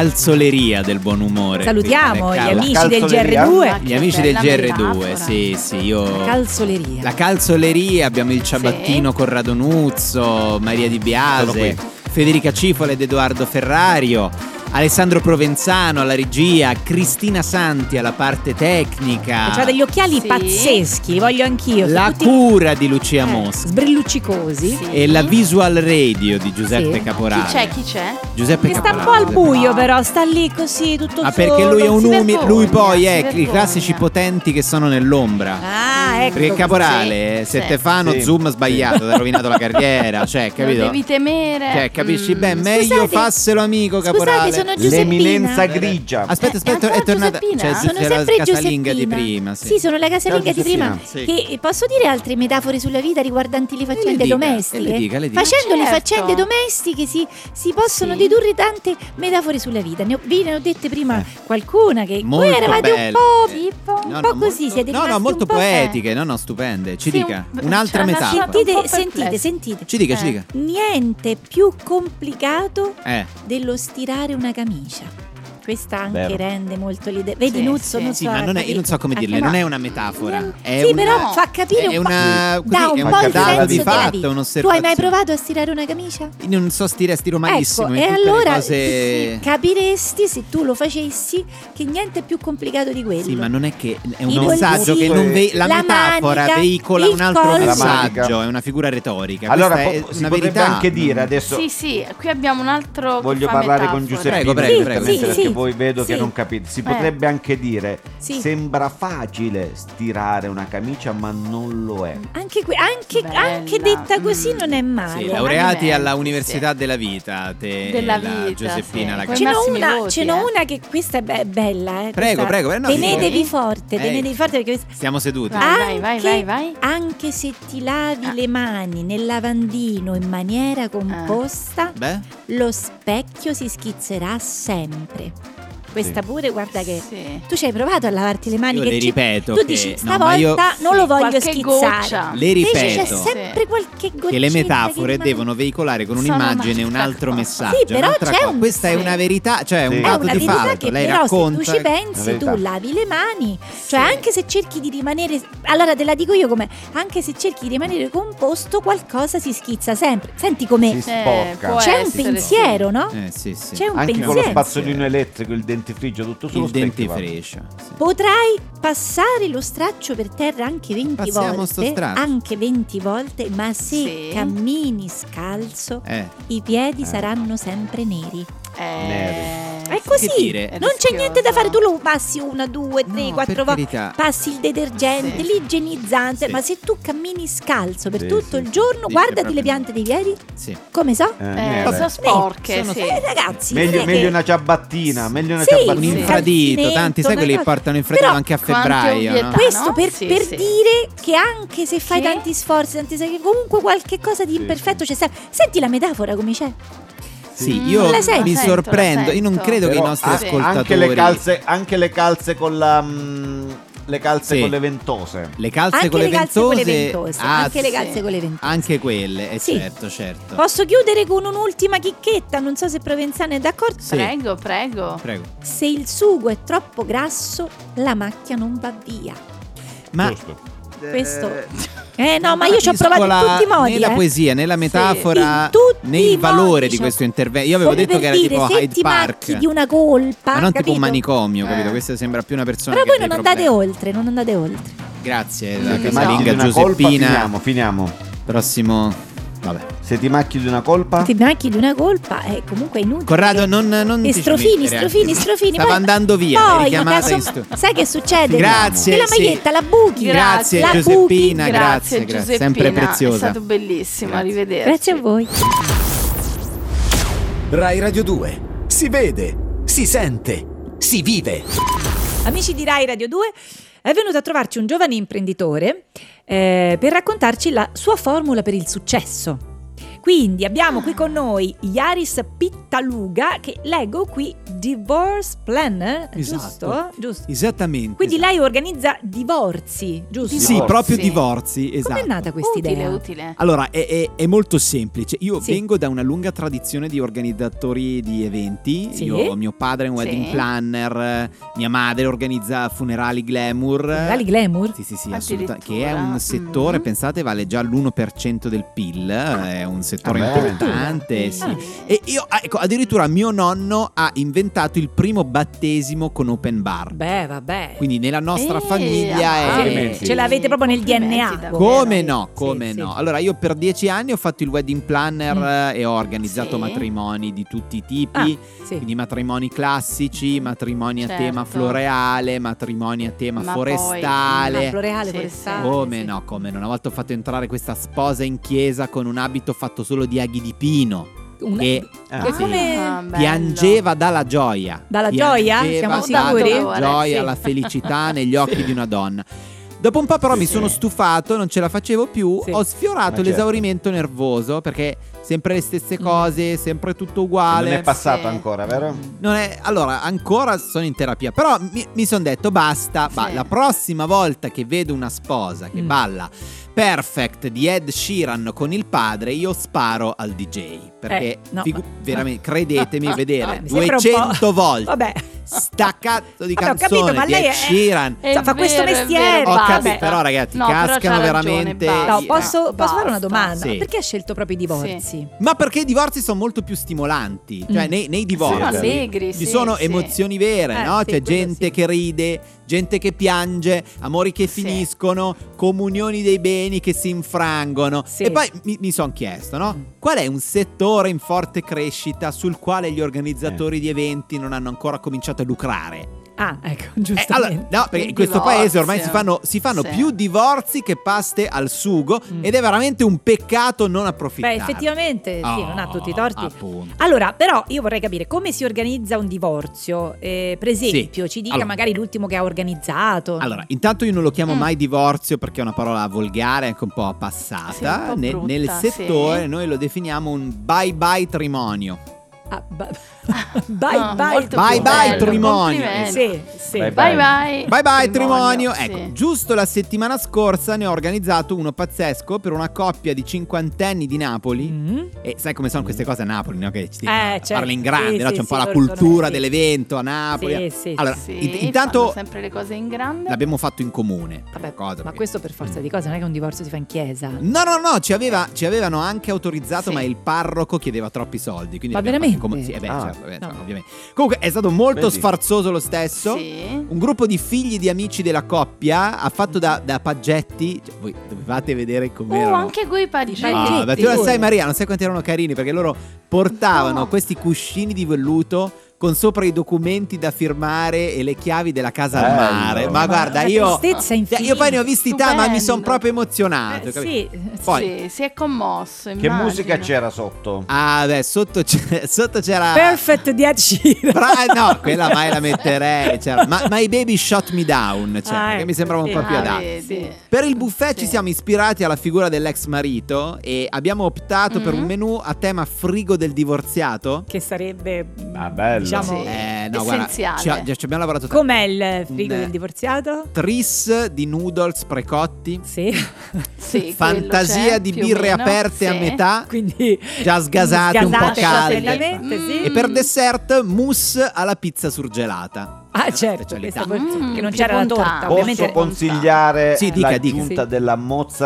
Speaker 2: calzoleria del buon umore.
Speaker 8: Salutiamo
Speaker 2: Qui,
Speaker 8: gli
Speaker 2: nella cal-
Speaker 8: amici del
Speaker 3: calzoleria.
Speaker 8: GR2.
Speaker 5: Ma-
Speaker 2: Gli amici del
Speaker 5: Che
Speaker 2: GR2,
Speaker 5: bella metafora.
Speaker 2: sì, sì,
Speaker 4: La
Speaker 2: io...
Speaker 4: calzoleria.
Speaker 2: La calzoleria, abbiamo il ciabattino Corrado Nuzzo, Maria Di
Speaker 3: Sono
Speaker 2: Biase,
Speaker 3: qui.
Speaker 2: Federica Cifola ed Edoardo Ferrario, Alessandro Provenzano alla regia, Cristina Santi alla parte tecnica,
Speaker 8: Ha Cioè, degli occhiali
Speaker 5: Sì.
Speaker 8: pazzeschi, li voglio anch'io. sono
Speaker 2: la
Speaker 8: tutti
Speaker 2: cura di Lucia
Speaker 8: eh,
Speaker 2: Mosca
Speaker 8: sbrilluccicosi.
Speaker 5: Sì.
Speaker 2: e la visual radio di Giuseppe
Speaker 4: Sì.
Speaker 2: Caporale.
Speaker 5: Chi c'è? Chi c'è?
Speaker 2: Giuseppe
Speaker 8: Che sta un
Speaker 2: Caporale.
Speaker 8: po' al buio,
Speaker 5: No.
Speaker 8: però, sta lì così tutto
Speaker 2: Ma Ah, perché lui è
Speaker 8: solo.
Speaker 2: un
Speaker 5: si
Speaker 2: umile,
Speaker 5: vergogna,
Speaker 2: lui poi
Speaker 5: si
Speaker 2: è i
Speaker 5: vergogna.
Speaker 2: classici potenti che sono nell'ombra.
Speaker 8: Ah, ecco.
Speaker 2: Perché Caporale,
Speaker 5: Sì,
Speaker 2: eh,
Speaker 5: sì.
Speaker 2: se te fanno
Speaker 3: Sì.
Speaker 2: zoom sbagliato, ti ha rovinato la carriera, cioè,
Speaker 5: Lo
Speaker 2: capito?
Speaker 5: devi temere.
Speaker 2: Cioè, capisci
Speaker 5: Mm.
Speaker 2: bene, meglio
Speaker 4: Scusate.
Speaker 2: fasselo amico Caporale.
Speaker 4: Scusate, sono
Speaker 3: L'eminenza
Speaker 4: Giuseppina.
Speaker 3: grigia.
Speaker 2: Aspetta,
Speaker 4: Eh,
Speaker 2: aspetta,
Speaker 4: ancora
Speaker 2: è tornata
Speaker 5: Giuseppina?
Speaker 2: cioè,
Speaker 4: Sono
Speaker 2: c'era la
Speaker 4: sempre
Speaker 2: casalinga
Speaker 4: Giuseppina.
Speaker 2: di prima, sì.
Speaker 4: Sì, sono la casalinga di prima.
Speaker 2: Giuseppina.
Speaker 4: Che posso dire altre metafore sulla vita riguardanti le faccende
Speaker 2: dica,
Speaker 4: domestiche?
Speaker 2: e le dica, le dica.
Speaker 4: Facendo le
Speaker 5: Certo.
Speaker 4: faccende domestiche si, si possono
Speaker 5: Sì.
Speaker 4: dedurre tante metafore sulla vita. Ne ho, vi ne ho dette prima qualcuna che
Speaker 2: Eh. Molto
Speaker 4: voi eravate
Speaker 2: belle. Eh.
Speaker 4: un po', un
Speaker 2: No, no,
Speaker 4: po'
Speaker 2: molto-
Speaker 4: così, siete
Speaker 2: No, no,
Speaker 4: rimasti
Speaker 2: molto
Speaker 4: un po'.
Speaker 2: poetiche, no, no, stupende. Ci
Speaker 5: Sì,
Speaker 2: dica
Speaker 5: un-
Speaker 2: un'altra
Speaker 5: c'è una
Speaker 2: metafora.
Speaker 5: sciata-
Speaker 4: Sentite,
Speaker 5: Un po'
Speaker 4: sentite,
Speaker 5: perplessa.
Speaker 4: sentite.
Speaker 2: Ci dica, ci
Speaker 5: Eh.
Speaker 2: dica.
Speaker 4: Niente più complicato
Speaker 2: Eh.
Speaker 4: dello stirare una camicia. Questa anche
Speaker 3: Vero.
Speaker 4: rende molto l'idea. Vedi,
Speaker 5: Sì,
Speaker 4: Nuzzo,
Speaker 5: sì.
Speaker 4: non so.
Speaker 2: Sì, ma non è- io non so come dirle, non è una metafora. È
Speaker 4: sì,
Speaker 2: una-
Speaker 4: però fa capire
Speaker 2: è
Speaker 4: un po'.
Speaker 2: una-
Speaker 4: dà
Speaker 2: così,
Speaker 4: un
Speaker 2: è
Speaker 4: po'
Speaker 3: un
Speaker 4: il
Speaker 3: dato
Speaker 4: senso
Speaker 3: di
Speaker 4: della
Speaker 2: fatto,
Speaker 4: vita. Tu hai
Speaker 2: un'osservazione.
Speaker 4: mai provato a stirare una camicia?
Speaker 2: Io non so stire, stiro malissimo.
Speaker 4: ecco,
Speaker 2: in
Speaker 4: e
Speaker 2: tutte le
Speaker 4: allora
Speaker 2: cose-
Speaker 4: sì, capiresti se tu lo facessi che niente è più complicato di quello.
Speaker 2: Sì, ma non è che è un
Speaker 4: I
Speaker 2: messaggio che
Speaker 4: voltini,
Speaker 2: non ve- la,
Speaker 4: la
Speaker 2: metafora
Speaker 4: manica,
Speaker 2: veicola
Speaker 4: il
Speaker 2: un altro
Speaker 4: collo.
Speaker 3: La manica.
Speaker 2: messaggio, è una figura retorica.
Speaker 3: Allora,
Speaker 2: Questa è
Speaker 3: po- si
Speaker 2: una
Speaker 3: potrebbe
Speaker 2: verità.
Speaker 3: anche dire adesso.
Speaker 5: Sì, sì, qui abbiamo un altro. che
Speaker 3: Voglio
Speaker 5: fa
Speaker 3: parlare
Speaker 5: metafore.
Speaker 3: con Giuseppe
Speaker 2: Prego, prego,
Speaker 4: Sì,
Speaker 2: prego.
Speaker 4: sì,
Speaker 3: perché
Speaker 4: sì.
Speaker 3: voi vedo che
Speaker 4: Sì.
Speaker 3: non capite. Si potrebbe anche dire:
Speaker 4: Sì.
Speaker 3: sembra facile stirare una camicia, ma non lo è.
Speaker 4: Anche, que- anche-
Speaker 5: Bella,
Speaker 4: anche detta
Speaker 5: mm.
Speaker 4: così non è male.
Speaker 2: Sì,
Speaker 5: la-
Speaker 2: laureati
Speaker 5: Veramente,
Speaker 2: alla
Speaker 5: sì.
Speaker 2: Università della Vita, te e
Speaker 5: Della
Speaker 2: la
Speaker 5: vita,
Speaker 2: Giuseppina
Speaker 5: sì.
Speaker 2: la
Speaker 5: Come
Speaker 4: Ce
Speaker 2: Caccia.
Speaker 4: n'ho
Speaker 5: Massimi
Speaker 4: una,
Speaker 5: voti,
Speaker 4: ce n'è
Speaker 5: eh.
Speaker 4: una che questa è be- bella. Eh,
Speaker 2: Prego,
Speaker 4: questa-
Speaker 2: prego, eh, no,
Speaker 4: tenetevi
Speaker 2: sì.
Speaker 4: forte,
Speaker 2: Eh.
Speaker 4: tenetevi forte perché questa-
Speaker 2: Stiamo seduti.
Speaker 5: Ah. Vai, vai, vai, vai, vai.
Speaker 4: anche se ti lavi
Speaker 5: Ah.
Speaker 4: le mani nel lavandino in maniera composta,
Speaker 2: Beh,
Speaker 4: lo specchio si schizzerà sempre. Questa pure, guarda che.
Speaker 5: Sì.
Speaker 4: Tu ci hai provato a lavarti le mani
Speaker 2: Io
Speaker 4: che
Speaker 2: le
Speaker 4: ci-
Speaker 2: ripeto
Speaker 4: Tu
Speaker 2: che-
Speaker 4: dici,
Speaker 2: no, ma
Speaker 4: stavolta
Speaker 2: io-
Speaker 4: Ah, non lo voglio
Speaker 5: Sì, qualche
Speaker 4: schizzare.
Speaker 5: goccia.
Speaker 2: le
Speaker 4: Invece c'è
Speaker 2: ripeto
Speaker 5: Sì.
Speaker 4: sempre qualche goccina.
Speaker 2: che le metafore
Speaker 4: rimane.
Speaker 2: devono veicolare con
Speaker 5: Sono
Speaker 2: un'immagine un
Speaker 5: un'altra
Speaker 2: altro
Speaker 5: cosa.
Speaker 2: messaggio.
Speaker 4: Sì, però
Speaker 2: un'altra
Speaker 4: c'è
Speaker 2: cosa.
Speaker 4: un-
Speaker 2: Questa è
Speaker 5: sì.
Speaker 2: una verità, cioè
Speaker 3: Sì.
Speaker 2: un
Speaker 3: È
Speaker 4: È
Speaker 2: dato
Speaker 4: una
Speaker 2: di
Speaker 4: verità
Speaker 2: fatto.
Speaker 4: che
Speaker 2: Lei
Speaker 4: però
Speaker 2: racconta.
Speaker 4: se tu ci pensi
Speaker 3: verità.
Speaker 4: tu lavi le mani, cioè
Speaker 5: Sì.
Speaker 4: anche se cerchi di rimanere, allora te la dico io come, anche se cerchi di rimanere composto qualcosa si schizza sempre. Senti
Speaker 3: Si
Speaker 4: come
Speaker 3: sporca.
Speaker 5: può
Speaker 4: c'è un
Speaker 5: essere, sì.
Speaker 4: pensiero, no?
Speaker 2: Eh, sì, sì.
Speaker 4: C'è un
Speaker 3: Anche con lo
Speaker 4: pensiero.
Speaker 3: spazzolino elettrico, il dentifricio, tutto sullo
Speaker 2: il
Speaker 3: specchio. va.
Speaker 2: dentifricio. sì.
Speaker 4: Potrai passare lo straccio per terra anche 20
Speaker 2: Passiamo sto
Speaker 4: volte,
Speaker 2: straccio.
Speaker 4: anche 20 volte, ma se
Speaker 5: Sì.
Speaker 4: cammini scalzo
Speaker 2: Eh.
Speaker 4: i piedi saranno sempre neri.
Speaker 5: Eh,
Speaker 3: Neri.
Speaker 4: Ecco
Speaker 7: così.
Speaker 2: Che dire?
Speaker 5: È
Speaker 7: Non c'è
Speaker 5: rischioso.
Speaker 7: niente da fare, tu lo passi una, due, tre,
Speaker 2: No,
Speaker 7: quattro
Speaker 2: per
Speaker 7: volte.
Speaker 2: carità.
Speaker 7: Passi il detergente,
Speaker 5: Sì.
Speaker 7: l'igienizzante,
Speaker 2: Sì.
Speaker 7: ma se tu cammini scalzo per
Speaker 3: Sì,
Speaker 7: tutto
Speaker 3: sì,
Speaker 7: il giorno,
Speaker 2: Sì,
Speaker 7: guardati
Speaker 2: proprio.
Speaker 7: le piante dei piedi,
Speaker 2: Sì.
Speaker 7: come so?
Speaker 3: Eh,
Speaker 5: Eh,
Speaker 3: vabbè.
Speaker 5: sono sporche,
Speaker 2: Sono
Speaker 5: sì.
Speaker 7: Eh, ragazzi, non
Speaker 3: meglio,
Speaker 7: è
Speaker 3: meglio
Speaker 7: che-
Speaker 3: una ciabattina, meglio una
Speaker 7: Sì,
Speaker 3: ciabattina.
Speaker 2: Un
Speaker 5: Sì.
Speaker 2: infradito, tanti, sai
Speaker 7: Una
Speaker 2: quelli che
Speaker 7: cosa-
Speaker 2: portano infradito
Speaker 7: Però
Speaker 2: anche a
Speaker 5: quante
Speaker 2: febbraio, no?
Speaker 5: ovvietà.
Speaker 7: Questo
Speaker 5: no?
Speaker 7: per,
Speaker 5: Sì,
Speaker 7: per
Speaker 5: sì.
Speaker 7: dire che anche se fai
Speaker 5: Sì.
Speaker 7: tanti sforzi, tanti sacrifici, comunque qualche cosa di
Speaker 3: Sì,
Speaker 7: imperfetto c'è sempre. Senti la metafora come c'è?
Speaker 2: Sì,
Speaker 5: Mm,
Speaker 2: io
Speaker 7: la
Speaker 2: mi
Speaker 7: sento,
Speaker 5: la
Speaker 2: sorprendo, io non
Speaker 5: sento.
Speaker 2: credo che i
Speaker 3: Però
Speaker 2: nostri
Speaker 3: a-
Speaker 5: sì.
Speaker 3: Anche
Speaker 2: ascoltatori
Speaker 3: le calze, anche le calze con la. mm, le calze
Speaker 2: Sì.
Speaker 3: con le ventose.
Speaker 2: Le calze
Speaker 7: Anche
Speaker 2: con
Speaker 7: le
Speaker 2: le
Speaker 7: calze con le
Speaker 2: ventose,
Speaker 7: ventose,
Speaker 2: ah,
Speaker 7: anche le
Speaker 2: sì.
Speaker 7: calze con le ventose.
Speaker 2: Anche quelle, eh,
Speaker 7: Sì.
Speaker 2: certo, certo.
Speaker 7: Posso chiudere con un'ultima chicchetta, non so se Provenzano è d'accordo.
Speaker 2: Sì.
Speaker 5: Prego, prego.
Speaker 2: Prego.
Speaker 7: Se il sugo è troppo grasso, la macchia non va via.
Speaker 2: Ma
Speaker 7: Questo. Eh no, ma io ci ho
Speaker 2: capisco
Speaker 7: provato in
Speaker 2: la-
Speaker 7: tutti i modi.
Speaker 2: Nella
Speaker 7: eh.
Speaker 2: poesia, nella metafora,
Speaker 7: In tutti i
Speaker 2: nel valore
Speaker 7: modi,
Speaker 2: di
Speaker 7: cioè,
Speaker 2: questo intervento. Io avevo
Speaker 7: come
Speaker 2: detto che
Speaker 7: per
Speaker 2: era
Speaker 7: dire,
Speaker 2: tipo
Speaker 7: se
Speaker 2: Hyde
Speaker 7: ti
Speaker 2: Park.
Speaker 7: macchi di una colpa,
Speaker 2: ma
Speaker 4: Ah,
Speaker 2: non tipo
Speaker 7: capito?
Speaker 2: un manicomio, capito?
Speaker 5: Eh.
Speaker 2: Questa sembra più una persona
Speaker 7: Però
Speaker 2: che
Speaker 7: voi
Speaker 2: ha dei
Speaker 7: non andate
Speaker 2: problemi.
Speaker 7: oltre, non andate oltre.
Speaker 2: Grazie,
Speaker 5: Se
Speaker 2: la
Speaker 3: Se ti
Speaker 5: ti
Speaker 3: macchi di
Speaker 2: casalinga
Speaker 3: una colpa,
Speaker 2: Giuseppina.
Speaker 3: finiamo, finiamo.
Speaker 2: Prossimo. Vabbè.
Speaker 3: Se ti macchi di una colpa,
Speaker 7: Ti macchi di una colpa, è comunque è inutile.
Speaker 2: Corrado, non, non
Speaker 7: E
Speaker 2: ti ci
Speaker 7: strofini,
Speaker 2: mettere,
Speaker 7: strofini,
Speaker 2: anzi.
Speaker 7: strofini.
Speaker 2: Stava
Speaker 7: poi-
Speaker 2: andando via. l'hai
Speaker 7: Poi,
Speaker 2: richiamata
Speaker 7: ma
Speaker 2: in
Speaker 7: caso-
Speaker 2: stu-
Speaker 7: sai che succede?
Speaker 2: Grazie,
Speaker 7: Che la
Speaker 2: sì.
Speaker 7: maglietta la buchi.
Speaker 2: Grazie,
Speaker 7: la buchi.
Speaker 2: Giuseppina.
Speaker 5: Grazie,
Speaker 2: Grazie, grazie. Sempre
Speaker 5: Giuseppina, È
Speaker 2: preziosa.
Speaker 5: stato bellissimo,
Speaker 2: Grazie.
Speaker 5: arrivederci.
Speaker 7: Grazie a voi.
Speaker 1: Rai Radio 2. Si vede, si sente, si vive.
Speaker 4: Amici di Rai Radio 2, è venuto a trovarci un giovane imprenditore eh, per raccontarci la sua formula per il successo. Quindi abbiamo qui con noi Iaris Pittaluga che leggo qui Divorce Planner,
Speaker 2: Esatto.
Speaker 4: giusto? Giusto.
Speaker 2: Esattamente.
Speaker 4: Quindi
Speaker 2: esatto.
Speaker 4: lei organizza divorzi, giusto?
Speaker 2: Sì,
Speaker 3: Divorzi.
Speaker 2: proprio divorzi, esatto.
Speaker 4: Com'è nata questa
Speaker 5: Utile,
Speaker 4: idea?
Speaker 5: utile.
Speaker 2: Allora, è, è- è molto semplice. Io
Speaker 4: Sì.
Speaker 2: vengo da una lunga tradizione di organizzatori di eventi.
Speaker 4: Sì.
Speaker 2: Io, mio padre è un
Speaker 5: Sì.
Speaker 2: wedding planner, eh, mia madre organizza funerali glamour.
Speaker 4: Rally Glamour?
Speaker 2: Sì, sì, sì, assolutamente. Che è
Speaker 5: Addirittura.
Speaker 2: un settore,
Speaker 5: Mm.
Speaker 2: pensate, vale già l'1% del PIL. eh, È un settore
Speaker 3: Vabbè.
Speaker 4: Mm.
Speaker 2: importante. Sì.
Speaker 5: Ah.
Speaker 2: E io, ah, ecco, addirittura mio nonno ha inventato il primo battesimo con open bar.
Speaker 4: Beh, vabbè.
Speaker 2: Quindi nella nostra
Speaker 5: Eh,
Speaker 2: famiglia
Speaker 5: ah,
Speaker 2: è.
Speaker 3: complimenti.
Speaker 4: ce l'avete proprio nel
Speaker 5: Complimenti,
Speaker 4: DNA.
Speaker 5: davvero.
Speaker 2: Come no, come
Speaker 4: Sì,
Speaker 2: no.
Speaker 4: sì.
Speaker 2: Allora io per dieci anni ho fatto il wedding planner
Speaker 4: Mm.
Speaker 2: eh, e ho organizzato
Speaker 5: Sì.
Speaker 2: matrimoni di tutti i tipi,
Speaker 4: Ah, sì.
Speaker 2: quindi matrimoni classici, matrimoni a
Speaker 5: Certo.
Speaker 2: tema floreale, matrimoni a tema
Speaker 5: Ma poi-
Speaker 2: forestale.
Speaker 4: Ah, floreale,
Speaker 5: Sì,
Speaker 4: forestale.
Speaker 2: come
Speaker 4: sì.
Speaker 2: no, come no. Una volta ho fatto entrare questa sposa in chiesa con un abito fatto solo di aghi di pino.
Speaker 4: Un-
Speaker 2: Che
Speaker 3: Ah,
Speaker 4: che
Speaker 3: sì.
Speaker 4: come-
Speaker 5: Ah, bello.
Speaker 2: piangeva dalla gioia.
Speaker 4: Dalla
Speaker 2: Piangeva
Speaker 4: gioia? Siamo
Speaker 2: dalla
Speaker 4: sicuri?
Speaker 2: gioia,
Speaker 5: Sì.
Speaker 2: la felicità negli occhi di una donna. Dopo un po' però mi sono stufato, non ce la facevo più,
Speaker 4: Sì.
Speaker 2: ho
Speaker 3: Ma
Speaker 2: sfiorato
Speaker 3: certo.
Speaker 2: l'esaurimento nervoso perché sempre le stesse
Speaker 4: Mm.
Speaker 2: cose, sempre tutto
Speaker 3: non
Speaker 2: uguale.
Speaker 3: è passato
Speaker 5: Sì.
Speaker 3: ancora, vero?
Speaker 2: Non è- allora, ancora sono in terapia, però mi, sono detto basta, ba-
Speaker 5: Sì.
Speaker 2: la prossima volta che vedo una sposa che
Speaker 4: Mm.
Speaker 2: balla Perfect di Ed Sheeran con il padre, io sparo al DJ, perché
Speaker 4: Eh, no,
Speaker 2: figu-
Speaker 4: ma-
Speaker 2: veramente, credetemi, vedere
Speaker 4: Mi sembra un
Speaker 2: 200
Speaker 4: po'-
Speaker 2: volte
Speaker 4: Vabbè.
Speaker 2: sta cazzo di
Speaker 4: Vabbè, ho
Speaker 2: canzone
Speaker 4: capito, ma
Speaker 2: di
Speaker 4: lei
Speaker 2: Ed
Speaker 4: è-
Speaker 2: Sheeran.
Speaker 5: È
Speaker 4: Cioè, fa questo
Speaker 5: vero, è
Speaker 4: mestiere,
Speaker 5: vero,
Speaker 2: Ho
Speaker 5: basta.
Speaker 2: capito, però, ragazzi,
Speaker 5: però c'ha
Speaker 2: cascano
Speaker 5: ragione,
Speaker 2: veramente-
Speaker 5: basta.
Speaker 4: No, posso, posso fare una
Speaker 5: Ah, Basta.
Speaker 4: domanda?
Speaker 2: Ah, Sì.
Speaker 4: Perché ha scelto proprio i divorzi?
Speaker 2: Ma perché i divorzi sono molto più stimolanti? Cioè,
Speaker 4: Mm.
Speaker 2: nei, nei divorzi
Speaker 5: Sono allegri,
Speaker 2: ci
Speaker 5: sì,
Speaker 2: sono
Speaker 5: sì.
Speaker 2: emozioni vere,
Speaker 4: Eh,
Speaker 2: no?
Speaker 4: sì,
Speaker 2: C'è
Speaker 4: quello
Speaker 2: gente
Speaker 4: sì.
Speaker 2: che ride, gente che piange, amori che
Speaker 5: Sì.
Speaker 2: finiscono, comunioni dei beni che si infrangono.
Speaker 4: Sì. Mm.
Speaker 2: E poi mi, mi sono chiesto, no? Qual è un settore in forte crescita sul quale gli organizzatori
Speaker 4: Eh.
Speaker 2: di eventi non hanno ancora cominciato a lucrare?
Speaker 4: Ah, ecco,
Speaker 2: Eh,
Speaker 4: giustamente.
Speaker 2: allora, no, perché in questo
Speaker 5: Divorzio.
Speaker 2: paese ormai si fanno, si fanno
Speaker 5: Sì.
Speaker 2: più divorzi che paste al sugo
Speaker 4: Mm.
Speaker 2: ed è veramente un peccato non
Speaker 4: Beh,
Speaker 2: approfittare.
Speaker 4: effettivamente sì,
Speaker 2: Oh,
Speaker 4: non ha tutti i torti.
Speaker 2: appunto.
Speaker 4: Allora, però io vorrei capire come si organizza un divorzio. Eh, per esempio, ci dica
Speaker 2: Allora.
Speaker 4: magari l'ultimo che ha organizzato.
Speaker 2: Allora, intanto io non lo chiamo
Speaker 5: Mm.
Speaker 2: mai divorzio perché è una parola volgare, anche un po'
Speaker 5: Sì, un
Speaker 2: passata.
Speaker 5: po' brutta,
Speaker 2: nel
Speaker 5: sì.
Speaker 2: settore noi lo definiamo un bye bye trimonio.
Speaker 4: Ah, ba- bye
Speaker 5: No,
Speaker 4: bye.
Speaker 5: molto
Speaker 2: Bye bye,
Speaker 5: più bello,
Speaker 2: trimonio.
Speaker 5: complimenti.
Speaker 4: Sì, sì.
Speaker 3: Bye
Speaker 4: Eh,
Speaker 5: Bye bye.
Speaker 2: Bye bye trimonio.
Speaker 5: sì.
Speaker 2: Ecco, giusto la settimana scorsa ne ho organizzato uno pazzesco per una coppia di cinquantenni di Napoli.
Speaker 4: Mm.
Speaker 2: E sai come sono queste cose a Napoli, no? Che ci
Speaker 4: Eh,
Speaker 2: dicono,
Speaker 4: certo.
Speaker 2: parla in grande,
Speaker 4: Sì,
Speaker 2: no?
Speaker 4: sì,
Speaker 2: C'è un po'
Speaker 4: sì,
Speaker 2: la
Speaker 4: loro sono-
Speaker 2: cultura
Speaker 4: sì.
Speaker 2: dell'evento a Napoli.
Speaker 4: Sì, sì,
Speaker 2: allora,
Speaker 5: Sì,
Speaker 2: int-
Speaker 5: fanno
Speaker 2: intanto
Speaker 5: sempre le cose in grande.
Speaker 2: l'abbiamo fatto in comune.
Speaker 4: Vabbè,
Speaker 2: cosa, Mm.
Speaker 4: ma
Speaker 2: perché-
Speaker 4: questo per forza di cose, non è che un divorzio si fa in chiesa.
Speaker 2: No, no, no, ci, aveva- ci avevano anche autorizzato,
Speaker 5: Sì.
Speaker 2: ma il parroco chiedeva troppi soldi. Quindi
Speaker 4: Ma
Speaker 2: l'abbiamo fatto in
Speaker 4: veramente?
Speaker 2: Sì, eh beh,
Speaker 3: Ah.
Speaker 2: certo, beh,
Speaker 4: No.
Speaker 2: certo, ovviamente. Comunque è stato molto
Speaker 3: Quindi-
Speaker 2: sfarzoso lo stesso.
Speaker 5: Sì.
Speaker 2: Un gruppo di figli di amici della coppia ha fatto da, da paggetti. Cioè, voi dovevate vedere com'erano.
Speaker 5: Oh, anche quei
Speaker 4: Ah,
Speaker 5: paggetti.
Speaker 2: No, ma tu lo sai Maria, non sai quanti erano carini perché loro portavano
Speaker 5: No.
Speaker 2: questi cuscini di velluto con sopra i documenti da firmare e le chiavi della casa al
Speaker 3: Bello.
Speaker 2: mare. Ma Ah, guarda,
Speaker 4: Una
Speaker 2: io.
Speaker 4: tristezza
Speaker 2: cioè,
Speaker 4: infinita.
Speaker 2: io poi ne ho visti tanti, ma mi sono
Speaker 5: Stupendo.
Speaker 2: proprio emozionato.
Speaker 4: Eh,
Speaker 2: capito?
Speaker 4: sì.
Speaker 2: Poi,
Speaker 5: Sì, si è commosso.
Speaker 3: Che
Speaker 5: immagino.
Speaker 3: musica c'era sotto?
Speaker 2: ah, beh, sotto, c'è- sotto c'era.
Speaker 4: Perfect di Ed Sheeran.
Speaker 2: Ah. Bra- no, quella mai la metterei. Cioè, ma, My Baby Shot Me Down, cioè,
Speaker 4: Ah,
Speaker 2: che mi sembrava un
Speaker 4: sì.
Speaker 2: po' più
Speaker 5: Ah,
Speaker 2: adatto.
Speaker 5: vedi.
Speaker 4: Sì.
Speaker 2: Per il buffet ci
Speaker 5: Sì.
Speaker 2: siamo ispirati alla figura dell'ex marito e abbiamo optato per
Speaker 5: Mhm.
Speaker 2: un menù a tema frigo del divorziato.
Speaker 4: Che sarebbe.
Speaker 3: Ah, bello.
Speaker 4: Diciamo,
Speaker 5: Sì.
Speaker 2: Eh, no,
Speaker 5: Essenziale.
Speaker 2: guarda, ci, ci abbiamo lavorato tanto.
Speaker 4: Com'è il frigo
Speaker 2: Un-
Speaker 4: del divorziato?
Speaker 2: Tris di noodles precotti,
Speaker 4: Sì.
Speaker 5: Sì, quello
Speaker 2: fantasia
Speaker 5: c'è,
Speaker 2: di
Speaker 5: più o
Speaker 2: birre
Speaker 5: meno.
Speaker 2: aperte a
Speaker 5: Sì.
Speaker 2: metà,
Speaker 4: Quindi.
Speaker 2: già sgasate Ah. un po'
Speaker 4: sgasate,
Speaker 2: calde.
Speaker 4: assolutamente, sì.
Speaker 5: Mm.
Speaker 2: E per dessert mousse alla pizza surgelata.
Speaker 4: Ah, certo, che,
Speaker 2: Specialità.
Speaker 4: sapore-
Speaker 5: Mm,
Speaker 4: che non
Speaker 5: che
Speaker 4: c'era la
Speaker 5: bontà.
Speaker 4: torta.
Speaker 5: Posso
Speaker 4: Ah, Ovviamente.
Speaker 3: Posso consigliare
Speaker 2: Sì, dica, dica.
Speaker 3: l'aggiunta
Speaker 4: Sì.
Speaker 3: della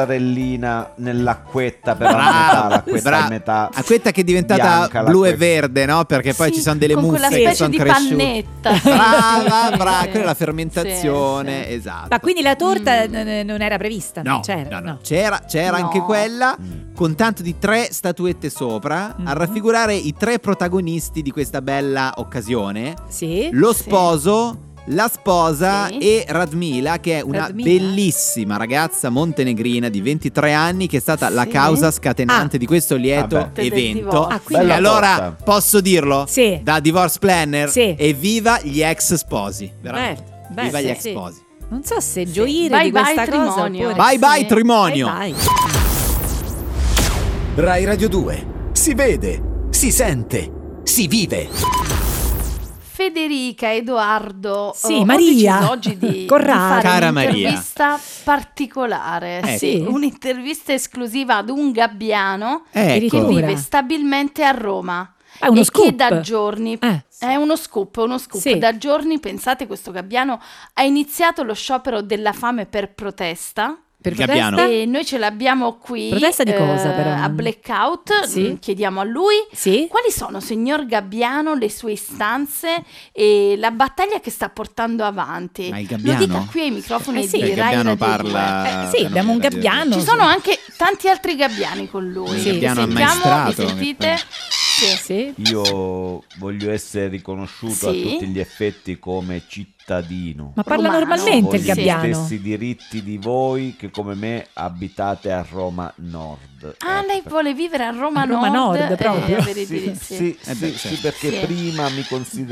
Speaker 3: mozzarellina nell'acquetta per la metà,
Speaker 2: Brava,
Speaker 3: l'acquetta
Speaker 2: brava.
Speaker 3: a metà.
Speaker 2: A questa che è diventata
Speaker 3: Bianca,
Speaker 2: blu e
Speaker 3: l'acquetta.
Speaker 2: verde, no? Perché poi
Speaker 5: Sì,
Speaker 2: ci sono delle
Speaker 5: con
Speaker 2: mousse
Speaker 5: quella
Speaker 2: che
Speaker 5: specie
Speaker 2: sono
Speaker 5: di
Speaker 2: cresciute.
Speaker 5: pannetta.
Speaker 2: Brava,
Speaker 5: Sì,
Speaker 2: brava,
Speaker 5: sì.
Speaker 2: quella è la
Speaker 5: Sì,
Speaker 2: fermentazione,
Speaker 5: sì.
Speaker 2: esatto.
Speaker 4: Ma quindi la torta
Speaker 5: Mm.
Speaker 4: eh, non era prevista? Certo,
Speaker 2: No,
Speaker 4: non c'era.
Speaker 2: no, no. c'era, c'era
Speaker 5: No.
Speaker 2: anche quella
Speaker 3: Mm.
Speaker 2: con tanto di tre statuette sopra
Speaker 5: Mm-hmm.
Speaker 4: Mhm.
Speaker 2: a raffigurare i tre protagonisti di questa bella occasione,
Speaker 4: Eh, Sì.
Speaker 2: lo
Speaker 5: Sì.
Speaker 2: sposo, la sposa
Speaker 5: Sì.
Speaker 2: e Radmila che è una
Speaker 4: Radmila?
Speaker 2: bellissima ragazza montenegrina di 23 anni che è stata la
Speaker 5: Sì.
Speaker 2: causa scatenante
Speaker 4: Ah.
Speaker 2: di questo lieto
Speaker 3: Vabbè.
Speaker 5: Del
Speaker 2: evento.
Speaker 5: divorzio.
Speaker 4: Ah,
Speaker 2: E
Speaker 4: quindi-
Speaker 3: Bella
Speaker 2: allora
Speaker 3: torta.
Speaker 2: posso dirlo?
Speaker 4: Sì.
Speaker 2: Da divorce planner,
Speaker 4: Sì.
Speaker 2: evviva gli ex sposi, veramente.
Speaker 4: Beh, beh,
Speaker 2: Viva
Speaker 4: sì,
Speaker 2: gli ex
Speaker 4: sì.
Speaker 2: sposi.
Speaker 4: Non so se gioire
Speaker 5: Bye
Speaker 4: di
Speaker 5: bye
Speaker 4: questa cosa
Speaker 5: trimonio.
Speaker 4: oppure-
Speaker 2: Bye bye
Speaker 5: Sì.
Speaker 2: trimonio.
Speaker 4: Bye bye.
Speaker 1: Rai Radio 2. Si vede, si sente, si vive.
Speaker 5: Federica, Edoardo,
Speaker 4: Sì,
Speaker 5: eh, ho
Speaker 4: Maria.
Speaker 5: deciso oggi di,
Speaker 4: Corrado.
Speaker 5: di fare
Speaker 2: Cara
Speaker 5: un'intervista particolare,
Speaker 2: Ecco.
Speaker 5: sì,
Speaker 4: Sì.
Speaker 5: un'intervista esclusiva ad un gabbiano che
Speaker 4: Addirittura.
Speaker 2: Ecco.
Speaker 5: vive stabilmente a Roma
Speaker 4: È Ah, uno
Speaker 5: e
Speaker 4: scoop.
Speaker 5: che da giorni
Speaker 4: Eh.
Speaker 5: È uno scoop, è uno scoop.
Speaker 4: Sì.
Speaker 5: Da giorni, pensate, questo gabbiano ha iniziato lo sciopero della fame per protesta.
Speaker 4: Per
Speaker 2: Gabbiano.
Speaker 4: protesta?
Speaker 5: E noi ce l'abbiamo qui. eh,
Speaker 4: Protesta di cosa, però?
Speaker 5: A blackout.
Speaker 4: Sì.
Speaker 5: Mm, Chiediamo a lui
Speaker 4: Sì.
Speaker 5: quali sono, signor Gabbiano, le sue istanze e la battaglia che sta portando avanti.
Speaker 2: Ma il
Speaker 5: Lo dica
Speaker 2: gabbiano?
Speaker 5: qui ai microfoni
Speaker 4: Eh sì.
Speaker 5: di
Speaker 2: Perché
Speaker 5: Rai
Speaker 2: Gabbiano
Speaker 5: Radio
Speaker 2: parla.
Speaker 5: due. Eh,
Speaker 4: sì,
Speaker 5: sì.
Speaker 4: abbiamo un
Speaker 2: Radio due.
Speaker 4: gabbiano.
Speaker 5: Ci sono anche tanti altri gabbiani con
Speaker 2: Il
Speaker 5: lui. Li
Speaker 2: gabbiano
Speaker 5: sentiamo, li
Speaker 2: ammaestrato,
Speaker 5: sentite?
Speaker 2: mi pare.
Speaker 5: Sì.
Speaker 4: Sì.
Speaker 3: Io voglio essere riconosciuto a
Speaker 5: Sì.
Speaker 3: tutti gli effetti come cittadino.
Speaker 4: Ma parla
Speaker 5: Romano.
Speaker 4: normalmente
Speaker 3: Voglio
Speaker 4: il
Speaker 5: Sì.
Speaker 3: gli
Speaker 4: gabbiano.
Speaker 3: stessi diritti di voi che come me abitate a Roma Nord.
Speaker 5: Ah,
Speaker 3: Ecco,
Speaker 5: lei
Speaker 3: perché-
Speaker 5: vuole vivere a Roma,
Speaker 4: A Roma Nord,
Speaker 5: eh,
Speaker 4: proprio.
Speaker 5: per i
Speaker 3: Sì,
Speaker 5: diritti.
Speaker 3: sì,
Speaker 2: Eh beh, certo. Eh.
Speaker 3: sì, sì, perché
Speaker 5: Sì.
Speaker 3: prima mi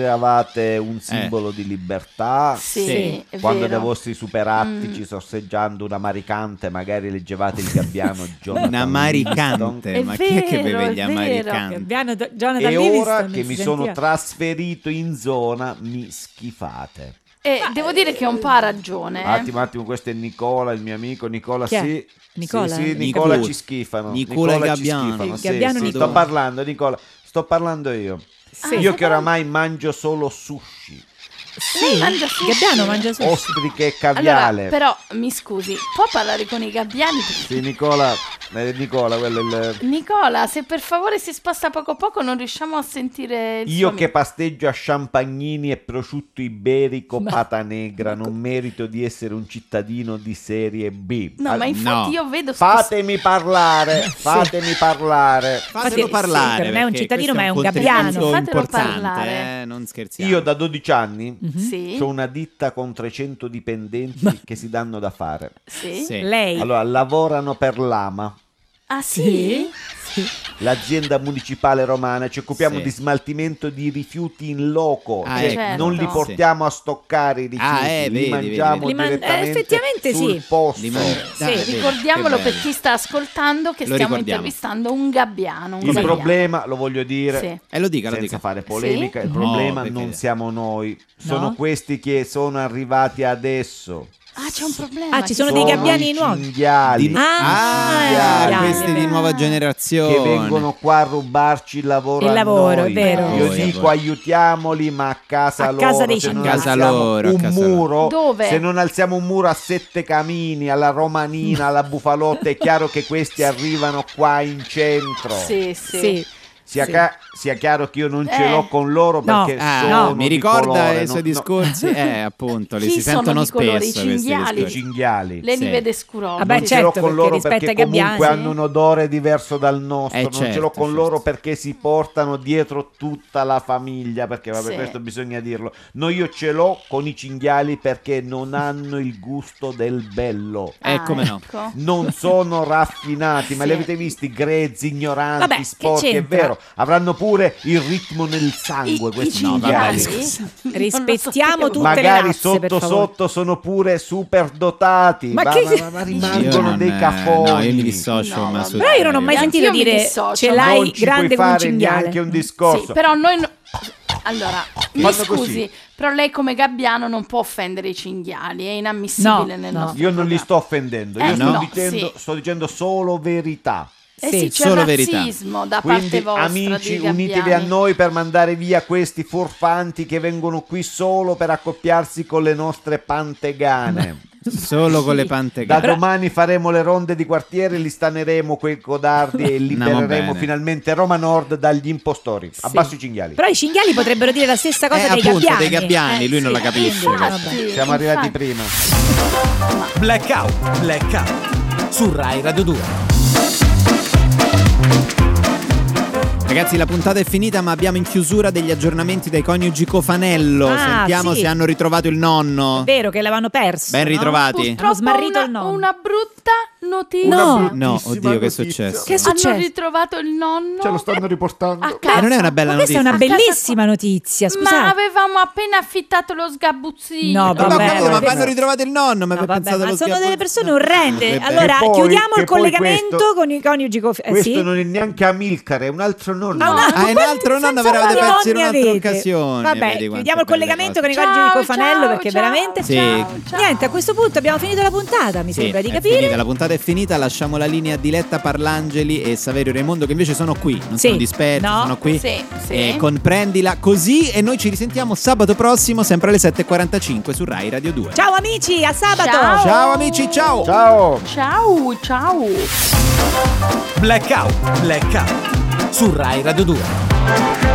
Speaker 3: consideravate un simbolo di
Speaker 4: Ah,
Speaker 3: libertà.
Speaker 5: Sì,
Speaker 2: Sì.
Speaker 5: è
Speaker 3: Quando
Speaker 5: vero.
Speaker 3: dai vostri superattici
Speaker 5: Mm.
Speaker 3: sorseggiando una maricante, magari leggevate il gabbiano Jonathan
Speaker 2: Una maricante,
Speaker 3: Livingston.
Speaker 2: ma
Speaker 5: È
Speaker 2: chi è che
Speaker 5: vero,
Speaker 2: beve
Speaker 5: è
Speaker 2: gli
Speaker 5: vero.
Speaker 2: americani?
Speaker 4: Gabbiano Do- Jonathan
Speaker 3: E ora
Speaker 4: Livingston,
Speaker 3: che
Speaker 4: si
Speaker 3: mi sono
Speaker 4: sentiva.
Speaker 3: trasferito in zona, mi schifate.
Speaker 5: E devo dire che un po' ha ragione.
Speaker 3: Un
Speaker 5: eh.
Speaker 3: attimo, un attimo, questo è Nicola, il mio amico. Nicola,
Speaker 4: Chi è?
Speaker 3: sì.
Speaker 4: Nicola?
Speaker 3: Sì, sì,
Speaker 4: Nicola.
Speaker 3: Nicola ci schifano.
Speaker 2: Nicola
Speaker 3: Nicola, ci
Speaker 2: Gabbiano.
Speaker 3: schifano.
Speaker 4: Il
Speaker 3: sì,
Speaker 4: Gabbiano
Speaker 3: sì.
Speaker 4: Nicola.
Speaker 3: Sto parlando, Nicola. Sto parlando io.
Speaker 4: Sì.
Speaker 3: Io
Speaker 5: Io
Speaker 3: che oramai mangio solo sushi,
Speaker 4: Sì.
Speaker 5: mangia sushi.
Speaker 4: Gabbiano mangia sushi. Oh,
Speaker 3: ostriche e caviale.
Speaker 5: Allora, però mi scusi, può parlare con i gabbiani?
Speaker 3: Sì, Nicola, eh, Nicola, quello è il...
Speaker 5: Nicola, se per favore si sposta poco poco non riusciamo a sentire il
Speaker 3: Io
Speaker 5: suo
Speaker 3: che
Speaker 5: amico.
Speaker 3: pasteggio a champagnini e prosciutto iberico
Speaker 4: Ma-
Speaker 3: pata negra, non merito di essere un cittadino di serie B.
Speaker 5: No,
Speaker 3: Al-
Speaker 5: ma infatti
Speaker 2: no.
Speaker 5: io vedo
Speaker 3: Fatemi parlare, fatemi parlare.
Speaker 2: Fatelo
Speaker 4: Perché,
Speaker 2: parlare.
Speaker 4: sì, per me è un
Speaker 2: perché
Speaker 4: cittadino,
Speaker 2: questo
Speaker 4: ma è un
Speaker 2: contributo
Speaker 5: gabbiano. Fatelo
Speaker 2: importante,
Speaker 5: parlare.
Speaker 2: eh, non scherziamo.
Speaker 3: Io da 12 anni
Speaker 4: Mhm.
Speaker 5: Sì,
Speaker 3: ho una ditta con 300 dipendenti che si danno da fare.
Speaker 5: sì.
Speaker 2: Sì.
Speaker 4: Lei.
Speaker 3: Allora, lavorano per l'AMA.
Speaker 5: Ah sì?
Speaker 3: l'azienda municipale romana, ci occupiamo
Speaker 2: Sì.
Speaker 3: di smaltimento di rifiuti in loco,
Speaker 2: Ah,
Speaker 3: cioè
Speaker 5: ecco.
Speaker 3: non li
Speaker 5: Certo.
Speaker 3: portiamo a stoccare i rifiuti,
Speaker 2: Ah, eh,
Speaker 3: li
Speaker 2: vedi, vedi,
Speaker 3: mangiamo
Speaker 4: vedi. Li man- eh,
Speaker 3: direttamente
Speaker 4: effettivamente
Speaker 3: sul
Speaker 4: sì.
Speaker 3: posto.
Speaker 2: Li man-
Speaker 4: Sì,
Speaker 2: Dai, vedi,
Speaker 5: Ricordiamolo
Speaker 2: Ah, che
Speaker 5: per
Speaker 2: bello.
Speaker 5: chi sta ascoltando che
Speaker 2: Lo
Speaker 5: stiamo
Speaker 2: ricordiamo.
Speaker 5: intervistando un gabbiano. Un
Speaker 3: Il
Speaker 5: gabbiano.
Speaker 3: problema, lo voglio dire,
Speaker 5: Sì.
Speaker 2: Eh, lo dica, lo
Speaker 3: senza
Speaker 2: dica.
Speaker 3: fare polemica, il
Speaker 2: No,
Speaker 3: problema
Speaker 2: perché-
Speaker 3: non siamo noi, sono
Speaker 4: No?
Speaker 3: questi che sono arrivati adesso.
Speaker 5: Ah, c'è un problema.
Speaker 4: Ah, ci sono dei
Speaker 5: sono-
Speaker 4: gabbiani
Speaker 3: i
Speaker 4: nuovi.
Speaker 3: cinghiali
Speaker 2: Di-
Speaker 4: Ah,
Speaker 2: Ah,
Speaker 4: gabbiani.
Speaker 2: questi di nuova generazione.
Speaker 3: che vengono qua a rubarci il lavoro
Speaker 4: Il
Speaker 3: a
Speaker 4: lavoro,
Speaker 3: noi.
Speaker 4: è vero.
Speaker 3: Io
Speaker 2: Voi, a
Speaker 3: dico
Speaker 2: voi.
Speaker 3: aiutiamoli, ma a casa
Speaker 4: A
Speaker 3: loro,
Speaker 4: casa dei
Speaker 3: se non
Speaker 4: cinesi. A casa
Speaker 3: alziamo
Speaker 2: loro, a
Speaker 3: un
Speaker 2: casa loro.
Speaker 3: muro,
Speaker 5: Dove?
Speaker 3: se non alziamo un muro a sette camini, alla romanina, alla bufalotta, è chiaro che questi arrivano qua in centro.
Speaker 5: Sì, sì.
Speaker 4: Sì.
Speaker 3: Sia,
Speaker 5: Sì.
Speaker 3: ca- sia chiaro che io non ce
Speaker 5: Eh.
Speaker 3: l'ho con loro
Speaker 4: No.
Speaker 3: perché
Speaker 2: Ah,
Speaker 3: sono
Speaker 2: mi
Speaker 3: di
Speaker 2: ricorda
Speaker 3: colore,
Speaker 2: i suoi
Speaker 3: no- no,
Speaker 2: discorsi, eh, appunto, li
Speaker 5: Chi
Speaker 2: si
Speaker 5: sono
Speaker 2: sentono
Speaker 5: di colore? I
Speaker 2: spesso. questi
Speaker 5: cinghiali?
Speaker 3: i
Speaker 2: discorsi.
Speaker 3: cinghiali.
Speaker 5: Le
Speaker 2: Sì.
Speaker 5: nive d'escuro.
Speaker 4: Vabbè,
Speaker 5: sì.
Speaker 3: non ce l'ho
Speaker 4: certo,
Speaker 3: con
Speaker 4: perché
Speaker 3: loro
Speaker 4: rispetto
Speaker 3: perché
Speaker 4: ai gabbiani-
Speaker 3: comunque hanno un odore diverso dal nostro.
Speaker 2: Eh,
Speaker 3: non ce l'ho
Speaker 2: certo,
Speaker 3: con loro
Speaker 2: certo.
Speaker 3: perché si portano dietro tutta la famiglia. Perché vabbè,
Speaker 5: Sì.
Speaker 3: questo bisogna dirlo. No, io ce l'ho con i cinghiali perché non hanno il gusto del bello.
Speaker 2: Eh,
Speaker 5: Ah,
Speaker 2: come no.
Speaker 5: ecco.
Speaker 3: Non sono raffinati, ma
Speaker 5: Sì.
Speaker 3: li avete visti grezzi, ignoranti,
Speaker 4: Vabbè, che
Speaker 3: sporchi, è
Speaker 4: c'entra?
Speaker 3: vero. Avranno pure il ritmo nel
Speaker 5: I,
Speaker 3: sangue.
Speaker 5: i
Speaker 3: questi no,
Speaker 5: cinghiali.
Speaker 2: vabbè,
Speaker 5: Non lo
Speaker 4: Rispettiamo
Speaker 5: sapevo.
Speaker 4: tutte le
Speaker 3: magari
Speaker 4: razze, per
Speaker 3: sotto
Speaker 4: favore.
Speaker 3: sotto sono pure super dotati
Speaker 4: Ma
Speaker 3: ma,
Speaker 4: che-
Speaker 3: ma- ma- ma
Speaker 2: Io
Speaker 3: rimangono
Speaker 2: non,
Speaker 3: dei
Speaker 2: eh,
Speaker 3: cafoni
Speaker 2: No, io mi dissocio,
Speaker 5: No,
Speaker 2: ma
Speaker 5: vabbè.
Speaker 2: su-
Speaker 4: Però io non ho mai
Speaker 5: Anch'io
Speaker 4: sentito
Speaker 5: mi
Speaker 4: dire
Speaker 5: dissocio.
Speaker 4: ce l'hai
Speaker 3: non ci
Speaker 4: grande
Speaker 3: puoi
Speaker 4: come un
Speaker 3: fare
Speaker 4: cinghiale.
Speaker 3: neanche un discorso
Speaker 5: Sì, però noi... no- Allora, mi
Speaker 3: Fanno
Speaker 5: scusi,
Speaker 3: così.
Speaker 5: però lei come gabbiano non può offendere i cinghiali, è inammissibile
Speaker 4: No,
Speaker 5: nel
Speaker 4: no.
Speaker 5: nostro
Speaker 3: io non li sto
Speaker 5: programma.
Speaker 3: offendendo
Speaker 5: Eh,
Speaker 3: io sto,
Speaker 5: no,
Speaker 3: dicendo,
Speaker 5: sì.
Speaker 3: sto dicendo solo verità
Speaker 5: Eh
Speaker 4: Sì,
Speaker 5: sì, c'è
Speaker 2: solo verità.
Speaker 5: razzismo da
Speaker 3: quindi
Speaker 5: parte vostra
Speaker 3: amici
Speaker 5: dei gabbiani.
Speaker 3: unitevi a noi per mandare via questi furfanti che vengono qui solo per accoppiarsi con le nostre pantegane
Speaker 5: Mm.
Speaker 2: Solo con le
Speaker 5: Sì.
Speaker 3: Da
Speaker 2: pantegane.
Speaker 3: domani faremo le ronde di quartiere, li staneremo quei codardi e libereremo
Speaker 2: bene.
Speaker 3: finalmente Roma Nord dagli impostori.
Speaker 4: Sì.
Speaker 3: Abbasso i cinghiali.
Speaker 4: Però i cinghiali potrebbero dire la stessa cosa
Speaker 2: Eh,
Speaker 4: dei
Speaker 2: appunto,
Speaker 4: gabbiani.
Speaker 2: dei gabbiani,
Speaker 5: Eh,
Speaker 2: lui non
Speaker 5: sì.
Speaker 2: la capisce.
Speaker 5: Infatti.
Speaker 2: questa.
Speaker 3: Siamo
Speaker 5: infatti.
Speaker 3: arrivati prima.
Speaker 1: Blackout, blackout su Rai Radio 2.
Speaker 2: Ragazzi, la puntata è finita, ma abbiamo in chiusura degli aggiornamenti dai coniugi Cofanello.
Speaker 4: Ah,
Speaker 2: Sentiamo
Speaker 4: sì.
Speaker 2: se hanno ritrovato il nonno.
Speaker 4: È vero che l'avevano perso.
Speaker 2: Ben
Speaker 4: no?
Speaker 2: ritrovati.
Speaker 5: Purtroppo
Speaker 4: Hanno smarrito
Speaker 5: una,
Speaker 4: il nonno.
Speaker 5: una brutta notizia.
Speaker 4: No.
Speaker 2: No,
Speaker 6: bruttissima
Speaker 2: oddio, che è
Speaker 6: notizia.
Speaker 2: successo?
Speaker 4: Che è successo?
Speaker 5: Hanno ritrovato il nonno.
Speaker 6: Ce lo stanno riportando.
Speaker 5: a
Speaker 2: Eh,
Speaker 5: casa.
Speaker 2: non è una bella
Speaker 4: Ma
Speaker 2: notizia.
Speaker 4: questa è una
Speaker 5: notizia.
Speaker 4: bellissima notizia,
Speaker 5: Ma
Speaker 4: scusate.
Speaker 5: avevamo appena affittato lo sgabuzzino.
Speaker 4: No,
Speaker 2: Ma
Speaker 4: vabbè,
Speaker 2: ho capito, ma
Speaker 4: vabbè.
Speaker 2: quando ritrovate il nonno, ma
Speaker 4: No,
Speaker 2: per
Speaker 4: vabbè,
Speaker 2: pensate
Speaker 4: ma
Speaker 2: allo
Speaker 4: sono
Speaker 2: schiavo-
Speaker 4: delle persone
Speaker 2: No.
Speaker 4: orrende.
Speaker 2: Che be-
Speaker 4: Allora,
Speaker 3: poi-
Speaker 4: chiudiamo
Speaker 3: che
Speaker 4: il
Speaker 3: poi
Speaker 4: collegamento
Speaker 3: questo-
Speaker 4: con i coniugi cof- eh,
Speaker 3: Questo
Speaker 4: sì?
Speaker 3: non è neanche Amilcare, è un altro nonno.
Speaker 2: Ah, è un altro nonno,
Speaker 4: Senza
Speaker 2: avevate
Speaker 4: quanti
Speaker 2: perso in
Speaker 4: nonni
Speaker 2: un'altra
Speaker 4: avete?
Speaker 2: occasione. Vedi
Speaker 4: Vabbè,
Speaker 2: quante
Speaker 4: chiudiamo il
Speaker 2: belle
Speaker 4: collegamento con
Speaker 2: cose.
Speaker 4: i coniugi
Speaker 5: Ciao,
Speaker 4: di Cofanello
Speaker 5: ciao,
Speaker 4: perché
Speaker 5: ciao,
Speaker 4: veramente
Speaker 2: Sì.
Speaker 5: ciao, ciao.
Speaker 4: Niente, a questo punto abbiamo finito la puntata, mi
Speaker 2: Sì,
Speaker 4: sembra di
Speaker 2: è
Speaker 4: capire.
Speaker 2: finita, la puntata è finita, lasciamo la linea a Diletta Parlangeli e Saverio Raimondo che invece sono qui, non
Speaker 4: Sì.
Speaker 2: sono dispersi,
Speaker 4: No.
Speaker 2: sono qui.
Speaker 5: Sì, sì.
Speaker 2: E comprendila così e noi ci risentiamo sabato prossimo sempre alle 7.45 su Rai Radio 2.
Speaker 4: Ciao amici, a sabato.
Speaker 5: Ciao.
Speaker 2: Ciao amici, ciao!
Speaker 3: Ciao!
Speaker 5: Ciao, ciao.
Speaker 1: Blackout, blackout su Rai Radio 2.